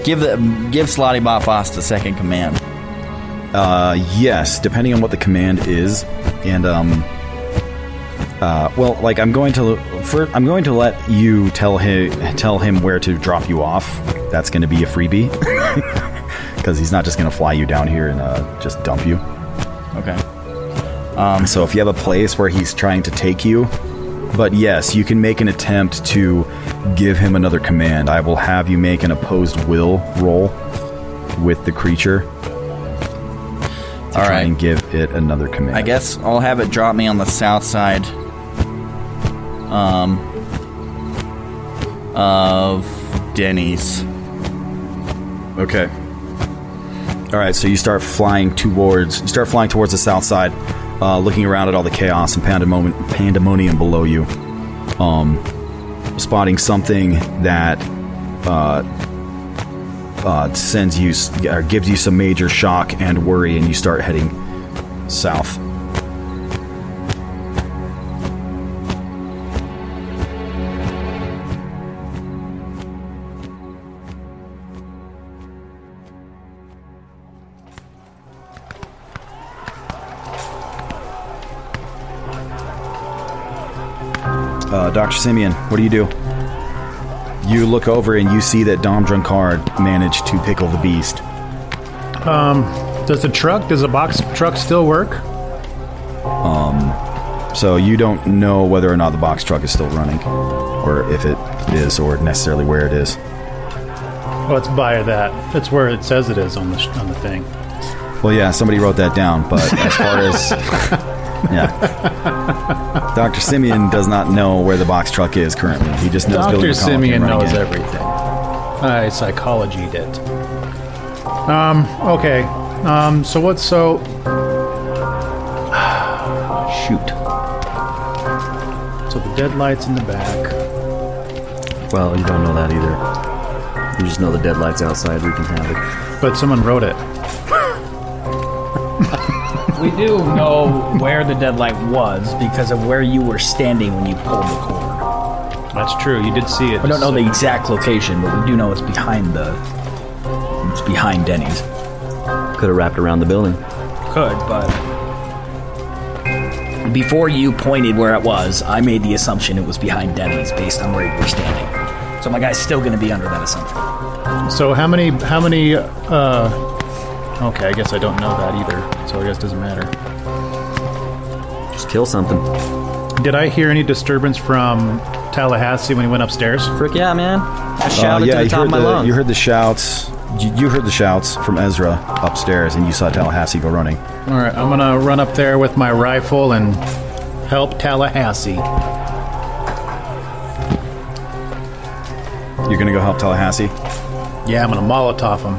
Speaker 10: Give the give Slotty Bot Boss the second command.
Speaker 2: Uh, yes, depending on what the command is, and um, uh, well, like I'm going to for, I'm going to let you tell him tell him where to drop you off. That's going to be a freebie because he's not just going to fly you down here and uh, just dump you.
Speaker 10: Okay.
Speaker 2: Um, so if you have a place where he's trying to take you, but yes, you can make an attempt to give him another command. I will have you make an opposed will roll with the creature. To try and give it another command.
Speaker 10: I guess I'll have it drop me on the south side. Um, of Denny's.
Speaker 2: Okay. All right, so you start flying towards you start flying towards the south side, uh, looking around at all the chaos and pandemonium, pandemonium below you, um, spotting something that uh, uh, sends you s- or gives you some major shock and worry, and you start heading south. Uh, Doctor Simeon, what do you do? You look over and you see that Dom Drunkard managed to pickle the beast.
Speaker 5: Um, does the truck, does the box truck still work?
Speaker 2: Um, so you don't know whether or not the box truck is still running, or if it is, or necessarily where it is.
Speaker 5: Oh, it's by that. That's where it says it is on the sh- on the thing.
Speaker 2: Well, yeah, somebody wrote that down, but as far as. Yeah. Dr. Simeon does not know where the box truck is currently. He just knows
Speaker 5: Doctor
Speaker 2: Billy McConnell can
Speaker 5: Simeon
Speaker 2: run
Speaker 5: knows
Speaker 2: again. Uh,
Speaker 5: everything. I psychologied it. Um. Okay. Um. So what's so?
Speaker 2: Shoot.
Speaker 5: So the deadlights in the back.
Speaker 4: Well, you don't know that either. You just know the deadlights outside wreaking havoc.
Speaker 5: But someone wrote it.
Speaker 8: We do know where the deadlight was because of where you were standing when you pulled the cord.
Speaker 5: That's true. You did see it.
Speaker 12: We don't know the exact location, but we do know it's behind the. It's behind Denny's.
Speaker 4: Could have wrapped around the building.
Speaker 12: Could, but. Before you pointed where it was, I made the assumption it was behind Denny's based on where you were standing. So my guy's still going to be under that assumption.
Speaker 5: So how many? How many? Uh. Okay. I guess I don't know that either. So I guess it doesn't matter.
Speaker 4: Just kill something.
Speaker 5: Did I hear any disturbance from Tallahassee when he went upstairs?
Speaker 4: Frick yeah, man. I
Speaker 2: Uh,
Speaker 4: shouted
Speaker 2: yeah,
Speaker 4: to the
Speaker 2: you
Speaker 4: top
Speaker 2: heard
Speaker 4: of my lungs.
Speaker 2: You heard the shouts. You, you heard the shouts from Ezra upstairs, and you saw Tallahassee go running.
Speaker 5: All right. I'm gonna run up there with my rifle and help Tallahassee.
Speaker 2: You're gonna go help Tallahassee.
Speaker 5: Yeah, I'm gonna Molotov him.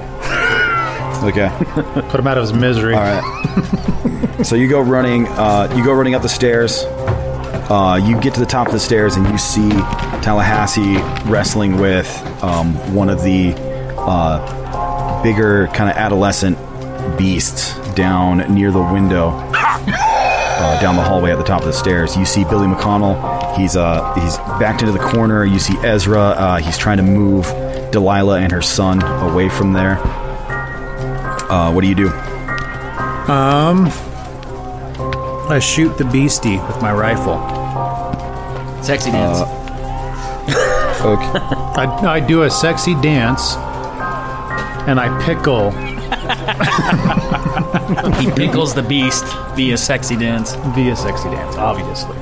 Speaker 2: Okay.
Speaker 5: Put him out of his misery.
Speaker 2: All right. so you go running. Uh, you go running up the stairs. Uh, you get to the top of the stairs and you see Tallahassee wrestling with um, one of the uh, bigger kind of adolescent beasts down near the window. Uh, down the hallway at the top of the stairs, you see Billy McConnell. He's uh he's backed into the corner. You see Ezra. Uh, he's trying to move Delilah and her son away from there. Uh, what do you do?
Speaker 5: Um, I shoot the beastie with my rifle.
Speaker 12: Sexy
Speaker 5: dance.
Speaker 2: okay.
Speaker 5: I, I do a sexy dance, and I pickle.
Speaker 8: he pickles the beast via sexy dance.
Speaker 5: Via sexy dance, obviously.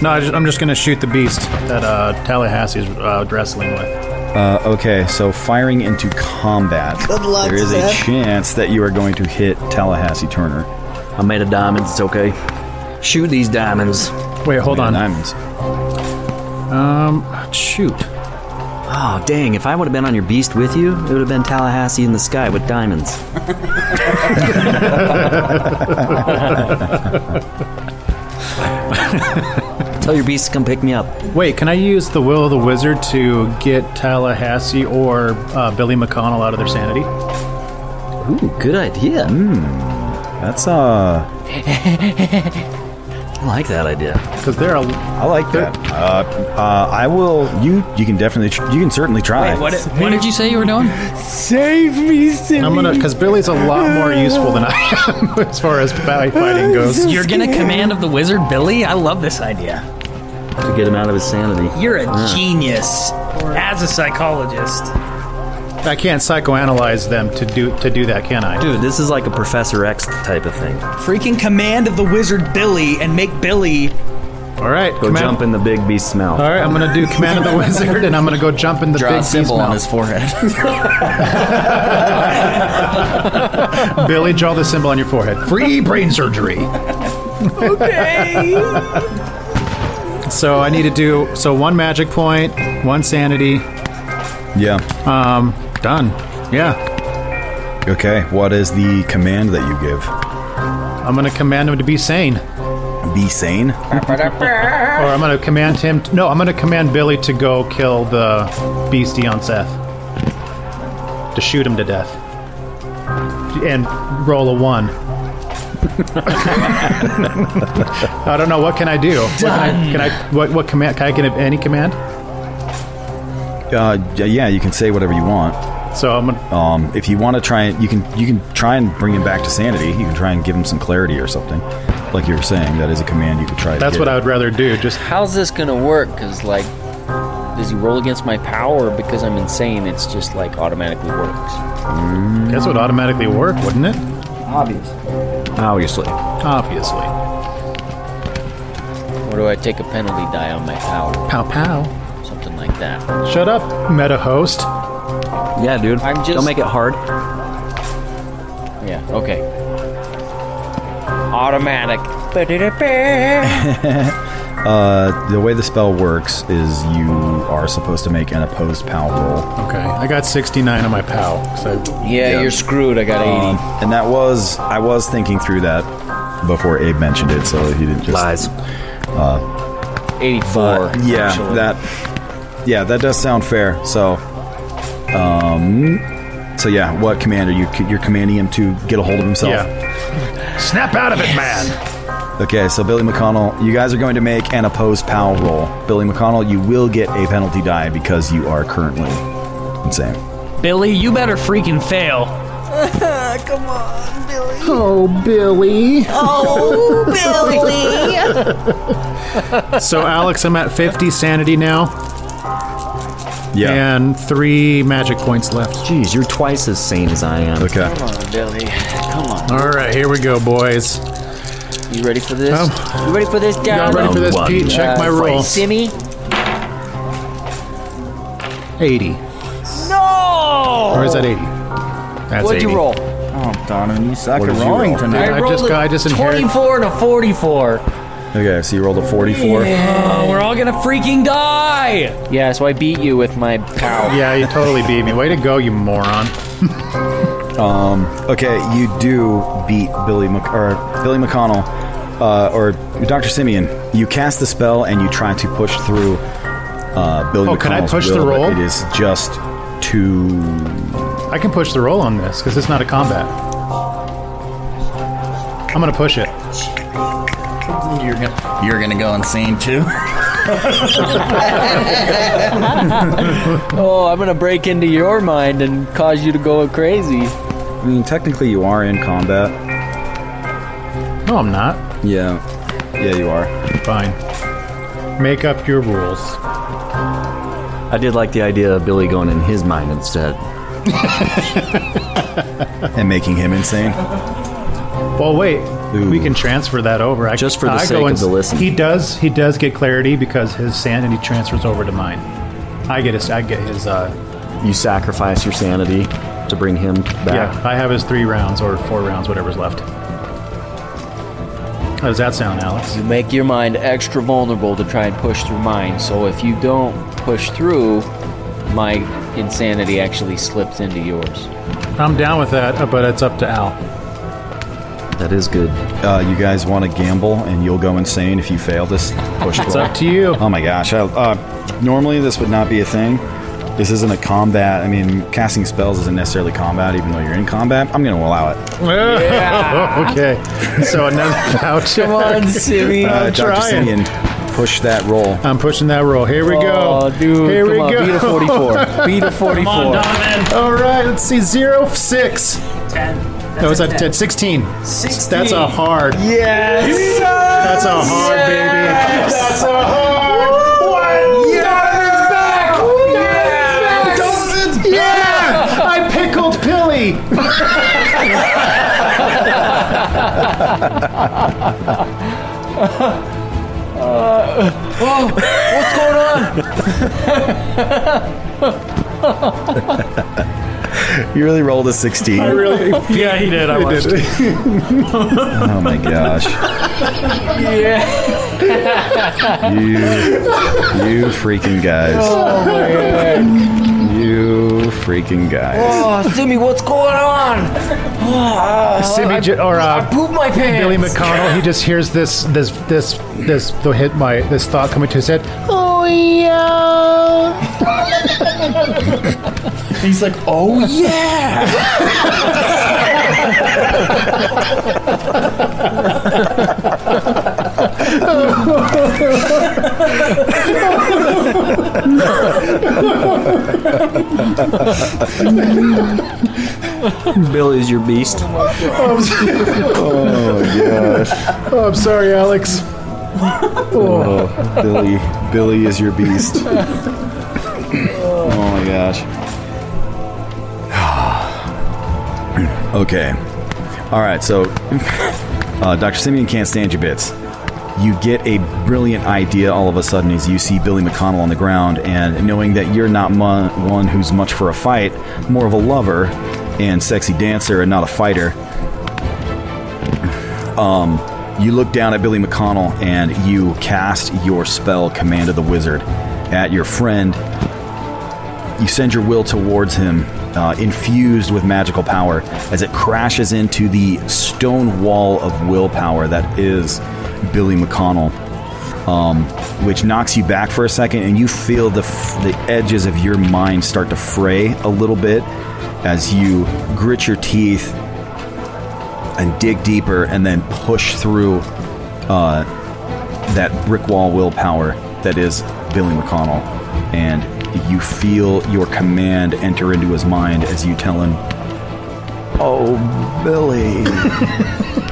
Speaker 5: No, I just, I'm just gonna shoot the beast that uh, Tallahassee's uh, wrestling with.
Speaker 2: Uh, okay, so firing into combat.
Speaker 5: Good luck,
Speaker 2: there is a
Speaker 5: Zed.
Speaker 2: chance that you are going to hit Tallahassee Turner. I made a diamond. It's okay. Shoot these diamonds.
Speaker 5: Wait, hold on.
Speaker 2: Diamonds.
Speaker 5: Um, shoot.
Speaker 4: Oh, dang. If I would have been on your beast with you, it would have been Tallahassee in the sky with diamonds.
Speaker 5: Tell your beast to come pick me up. Wait, can I use the will of the wizard to get Tallahassee or uh, Billy McConnell out of their sanity?
Speaker 4: Ooh, good idea. hmm.
Speaker 2: that's uh.
Speaker 4: I like that idea.
Speaker 5: Because they're. A, I
Speaker 2: like that. Uh, uh, I will. You. You can definitely. tr- You can certainly try.
Speaker 9: Wait, what, what did you say you were doing?
Speaker 2: Save me, Sydney.
Speaker 5: I'm gonna because Billy's a lot more useful than I am as far as fi- fighting goes.
Speaker 8: You're gonna command of the wizard, Billy. I love this idea.
Speaker 4: To get him out of his sanity.
Speaker 8: You're a
Speaker 4: Yeah.
Speaker 8: genius as a psychologist.
Speaker 5: I can't psychoanalyze them to do to do that, can I?
Speaker 4: Dude, this is like a Professor X type of thing.
Speaker 8: Freaking command of the wizard, Billy, and make Billy.
Speaker 5: All right,
Speaker 4: Go
Speaker 5: command-
Speaker 4: jump in the big beast's mouth.
Speaker 5: All right, I'm gonna do command of the wizard, and I'm gonna go jump in the
Speaker 4: Draw a
Speaker 5: big beast
Speaker 4: symbol on
Speaker 5: mouth.
Speaker 4: his forehead.
Speaker 5: Billy, draw the symbol on your forehead. Free brain surgery.
Speaker 8: okay.
Speaker 5: So I need to do so one magic point, one sanity.
Speaker 2: Yeah.
Speaker 5: Um. Done. Yeah.
Speaker 2: Okay. What is the command that you give?
Speaker 5: I'm gonna command him to be sane.
Speaker 2: Be sane.
Speaker 5: Or I'm gonna command him. To, no, I'm gonna command Billy to go kill the beastie on Seth. To shoot him to death. And roll a one. I don't know. What can I do? What can I? Can I what, what command? Can I get any command?
Speaker 2: Uh, y- yeah, you can say whatever you want.
Speaker 5: So I'm
Speaker 2: um, if you want to try and you can you can try and bring him back to sanity. You can try and give him some clarity or something. Like you were saying, that is a command you could try.
Speaker 5: That's
Speaker 2: to
Speaker 5: what I would rather do. Just
Speaker 9: how's this gonna work? Because like Does he roll against my power because I'm insane? It's just like automatically works.
Speaker 5: Guess would automatically work, wouldn't it?
Speaker 9: Obvious.
Speaker 2: Obviously.
Speaker 5: Obviously.
Speaker 9: Or do I take a penalty die on my power?
Speaker 5: Pow pow.
Speaker 9: Something like that.
Speaker 5: Shut up, meta host.
Speaker 4: Yeah, dude.
Speaker 9: I'm just-
Speaker 4: Don't make it hard.
Speaker 9: Yeah, okay. Automatic.
Speaker 2: uh, the way the spell works is you are supposed to make an opposed pow roll.
Speaker 5: Okay, I got 69 on my pow. So
Speaker 9: Yeah, you're screwed. I got 80.
Speaker 2: Um, and that was I was thinking through that before Abe mentioned it, so he didn't just lies. Uh,
Speaker 9: 84.
Speaker 2: yeah,
Speaker 9: actually.
Speaker 2: that. Yeah, that does sound fair. So, um, so yeah, what commander you you're commanding him to get a hold of himself?
Speaker 5: Snap out of it, man.
Speaker 2: Okay, so Billy McConnell, you guys are going to make an opposed POW roll. Billy McConnell, you will get a penalty die because you are currently insane.
Speaker 8: Billy, you better freaking fail.
Speaker 18: Come on, Billy.
Speaker 5: Oh, Billy.
Speaker 18: Oh, Billy.
Speaker 5: so Alex, I'm at 50 sanity now.
Speaker 2: Yeah.
Speaker 5: And three magic points left.
Speaker 4: Jeez, you're twice as sane as I am.
Speaker 2: Okay.
Speaker 9: Come on, Billy. Come on.
Speaker 5: All right, here we go, boys. Oh,
Speaker 9: You ready for this? You ready for this,
Speaker 5: Y'all
Speaker 9: Dad?
Speaker 5: ready for this, Round Pete? one. Check my roll.
Speaker 9: Simmy.
Speaker 5: 80.
Speaker 9: No!
Speaker 5: Or is that 80? That's
Speaker 9: What'd
Speaker 5: 80.
Speaker 9: you roll?
Speaker 10: Oh, Donovan, you suck
Speaker 2: What
Speaker 10: at
Speaker 2: did you
Speaker 10: rolling
Speaker 2: roll?
Speaker 10: tonight.
Speaker 2: Dude, I I
Speaker 10: I
Speaker 2: rolled just a
Speaker 10: just
Speaker 2: got- I just inherited-
Speaker 9: 24 to 44.
Speaker 2: Okay, so you rolled a 44.
Speaker 9: Oh, we're all gonna freaking die! Yeah, so I beat you with my power.
Speaker 5: yeah, you totally beat me. Way to go, you moron.
Speaker 2: Um, okay, you do beat Billy Mc- or Billy McConnell uh, or Dr. Simeon. You cast the spell and you try to push through uh, Billy
Speaker 5: Oh,
Speaker 2: McConnell's
Speaker 5: can I push the
Speaker 2: will, but
Speaker 5: roll?
Speaker 2: It is just too.
Speaker 5: I can push the roll on this because it's not a combat. I'm gonna push it.
Speaker 10: You're gonna, you're gonna go insane too.
Speaker 9: oh, I'm gonna break into your mind and cause you to go crazy.
Speaker 2: I mean, technically, you are in combat.
Speaker 5: No, I'm not.
Speaker 2: Yeah. Yeah, you are.
Speaker 5: Fine. Make up your rules.
Speaker 4: I did like the idea of Billy going in his mind instead.
Speaker 2: and making him insane.
Speaker 5: Well, wait. We can transfer that over. I,
Speaker 4: Just for the
Speaker 5: I
Speaker 4: sake
Speaker 5: go
Speaker 4: of
Speaker 5: and-
Speaker 4: the listen.
Speaker 5: He does. He does get clarity because his sanity transfers over to mine. I get his. I get his. Uh,
Speaker 4: You sacrifice your sanity to bring him back.
Speaker 5: yeah, I have his three rounds or four rounds, whatever's left. How does that sound, Alex?
Speaker 9: You make your mind extra vulnerable to try and push through mine, so if you don't push through, my insanity actually slips into yours.
Speaker 5: I'm down with that, uh, but it's up to Al.
Speaker 2: That is good. Uh, you guys want to gamble, and you'll go insane if you fail this push.
Speaker 5: It's
Speaker 2: roll.
Speaker 5: up to you.
Speaker 2: Oh my gosh! I, uh, normally, this would not be a thing. This isn't a combat. I mean, casting spells isn't necessarily combat, even though you're in combat. I'm going to allow it.
Speaker 5: Yeah. okay. So another voucher.
Speaker 9: Come on, Simi.
Speaker 2: Uh,
Speaker 5: I'm
Speaker 2: Dr.
Speaker 5: trying.
Speaker 2: Simeon, push that roll.
Speaker 5: I'm pushing that roll. Here we go.
Speaker 2: Oh, dude,
Speaker 5: Here we
Speaker 2: come on,
Speaker 5: go.
Speaker 2: beat a 44. Beat a 44. Come on,
Speaker 5: Donovan. All right, let's see. Zero, six. Ten. that was a 10. 16. That's a hard.
Speaker 18: Yes.
Speaker 5: That's a hard, baby. That's a hard. One. Donovan's back. Donovan's back. Yeah. I pickled Pilly.
Speaker 18: oh, what's going
Speaker 2: You really rolled a 16.
Speaker 18: I really-
Speaker 5: yeah, he did. I watched
Speaker 2: oh my gosh!
Speaker 18: yeah.
Speaker 2: You, you freaking guys!
Speaker 18: Oh, my
Speaker 2: You freaking guys!
Speaker 18: Oh, Simi, what's going on? Oh,
Speaker 5: Simi J- or uh,
Speaker 18: pooped my pants.
Speaker 5: Billy McConnell. He just hears this, this, this, this, the hit my this thought coming to his head. Oh yeah.
Speaker 18: He's like, oh
Speaker 4: Billy's your beast.
Speaker 5: oh, I'm sorry.
Speaker 2: Oh
Speaker 5: Oh, I'm sorry, Alex.
Speaker 2: Oh, Billy, Billy is your beast. oh my gosh. okay. All right. So, uh, Doctor Simeon can't stand your bits. You get a brilliant idea all of a sudden as you see Billy McConnell on the ground, and knowing that you're not mu- one who's much for a fight, more of a lover and sexy dancer, and not a fighter. Um, you look down at Billy McConnell and you cast your spell, Command of the Wizard, at your friend. You send your will towards him, uh, infused with magical power, as it crashes into the stone wall of willpower that is Billy McConnell, um, which knocks you back for a second, and you feel the, f- the edges of your mind start to fray a little bit as you grit your teeth and dig deeper and then push through uh, that brick wall willpower that is Billy McConnell. And you feel your command enter into his mind as you tell him, Oh, Billy.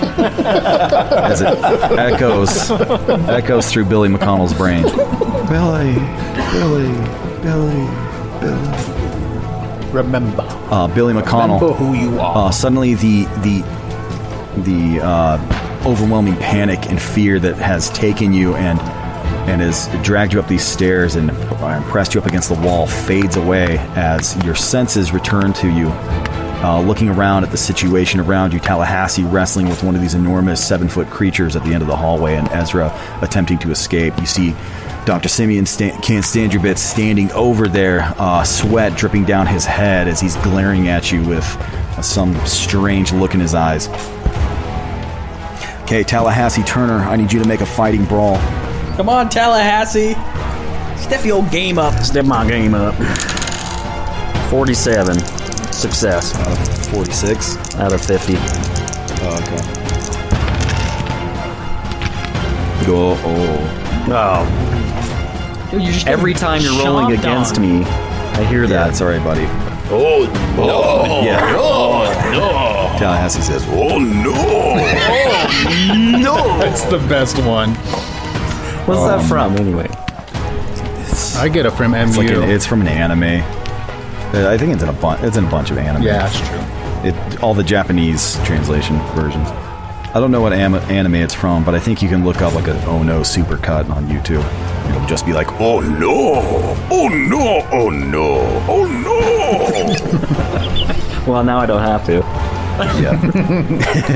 Speaker 2: as it echoes, echoes through Billy McConnell's brain. Billy, Billy, Billy, Billy.
Speaker 5: Remember.
Speaker 2: Uh, Billy McConnell.
Speaker 5: Remember who you are.
Speaker 2: Uh, suddenly, the the the uh, overwhelming panic and fear that has taken you and and has dragged you up these stairs and uh, pressed you up against the wall fades away as your senses return to you. Uh, looking around at the situation around you, Tallahassee wrestling with one of these enormous seven foot creatures at the end of the hallway, and Ezra attempting to escape. You see Dr. Simeon sta- can't stand your bits standing over there, uh, sweat dripping down his head as he's glaring at you with uh, some strange look in his eyes. Okay, Tallahassee Turner, I need you to make a fighting brawl.
Speaker 12: Come on, Tallahassee. Step your old game up.
Speaker 13: Step my game up. 47. Success. Out
Speaker 2: of 46?
Speaker 13: Out of 50.
Speaker 2: Oh, okay. Go. Oh.
Speaker 13: Oh.
Speaker 12: you're just
Speaker 13: Every time you're rolling
Speaker 12: chomped
Speaker 13: against
Speaker 12: on.
Speaker 13: me, I hear that.
Speaker 2: That's all right, buddy.
Speaker 13: Oh,
Speaker 2: no. Oh, Yeah.
Speaker 13: no.
Speaker 2: Tallahassee says, Oh,
Speaker 5: no! no! That's the best one.
Speaker 2: What's that Um, from,
Speaker 13: anyway?
Speaker 5: I get it from MU.
Speaker 2: It's, like an, it's from an anime. Uh, I think it's in a bunch. It's in a bunch of anime.
Speaker 5: Yeah, that's true.
Speaker 2: It all the Japanese translation versions. I don't know what am- anime it's from, but I think you can look up like a Oh No super cut on YouTube. It'll just be like Oh No, Oh No, Oh No, Oh No.
Speaker 13: well, now I don't have to.
Speaker 2: Yeah,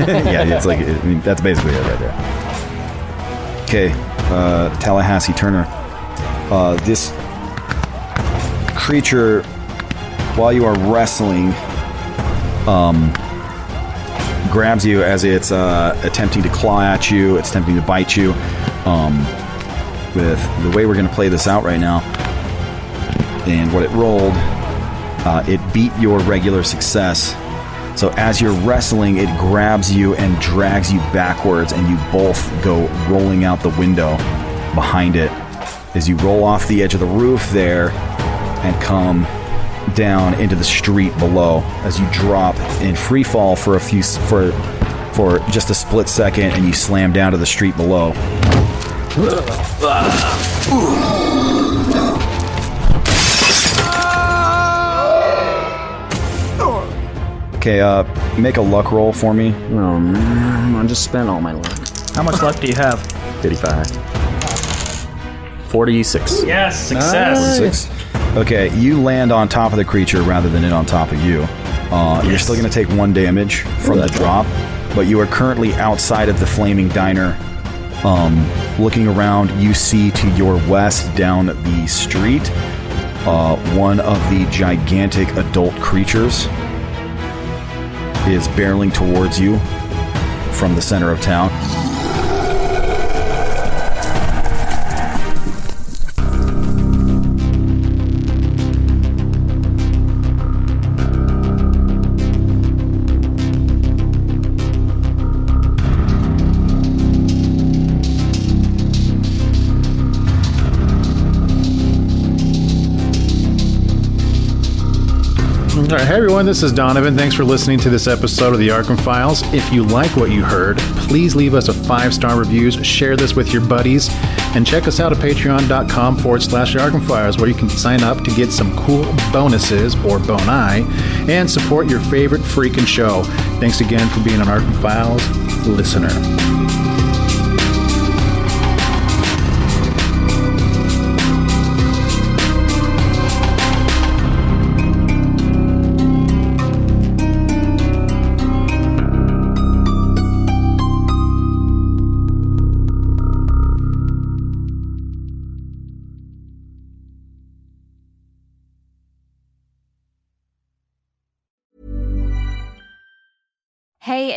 Speaker 2: yeah. It's like I mean, that's basically it right there. Okay, uh, Tallahassee Turner. Uh, this creature, while you are wrestling, um, grabs you as it's uh, attempting to claw at you. It's attempting to bite you. Um, with the way we're going to play this out right now, and what it rolled, uh, it beat your regular success. So as you're wrestling, it grabs you and drags you backwards, and you both go rolling out the window behind it as you roll off the edge of the roof there and come down into the street below as you drop in free fall for a few s- for for just a split second and you slam down to the street below Okay, uh, make a luck roll for me.
Speaker 13: I just spent all my luck.
Speaker 8: How much luck do you have?
Speaker 13: 55. 46.
Speaker 8: Yes, success. Nice.
Speaker 2: 46. Okay, you land on top of the creature rather than it on top of you. Uh, You're still going to take one damage from the drop, but you are currently outside of the flaming diner. Um, looking around, you see to your west down the street uh, one of the gigantic adult creatures is barreling towards you from the center of town.
Speaker 5: All right, hey everyone, this is Donovan. Thanks for listening to this episode of the Arkham Files. If you like what you heard, please leave us a five star reviews, share this with your buddies, and check us out at patreon.com forward slash the Arkham Files, where you can sign up to get some cool bonuses or boni and support your favorite freaking show. Thanks again for being an Arkham Files listener.
Speaker 19: Hey,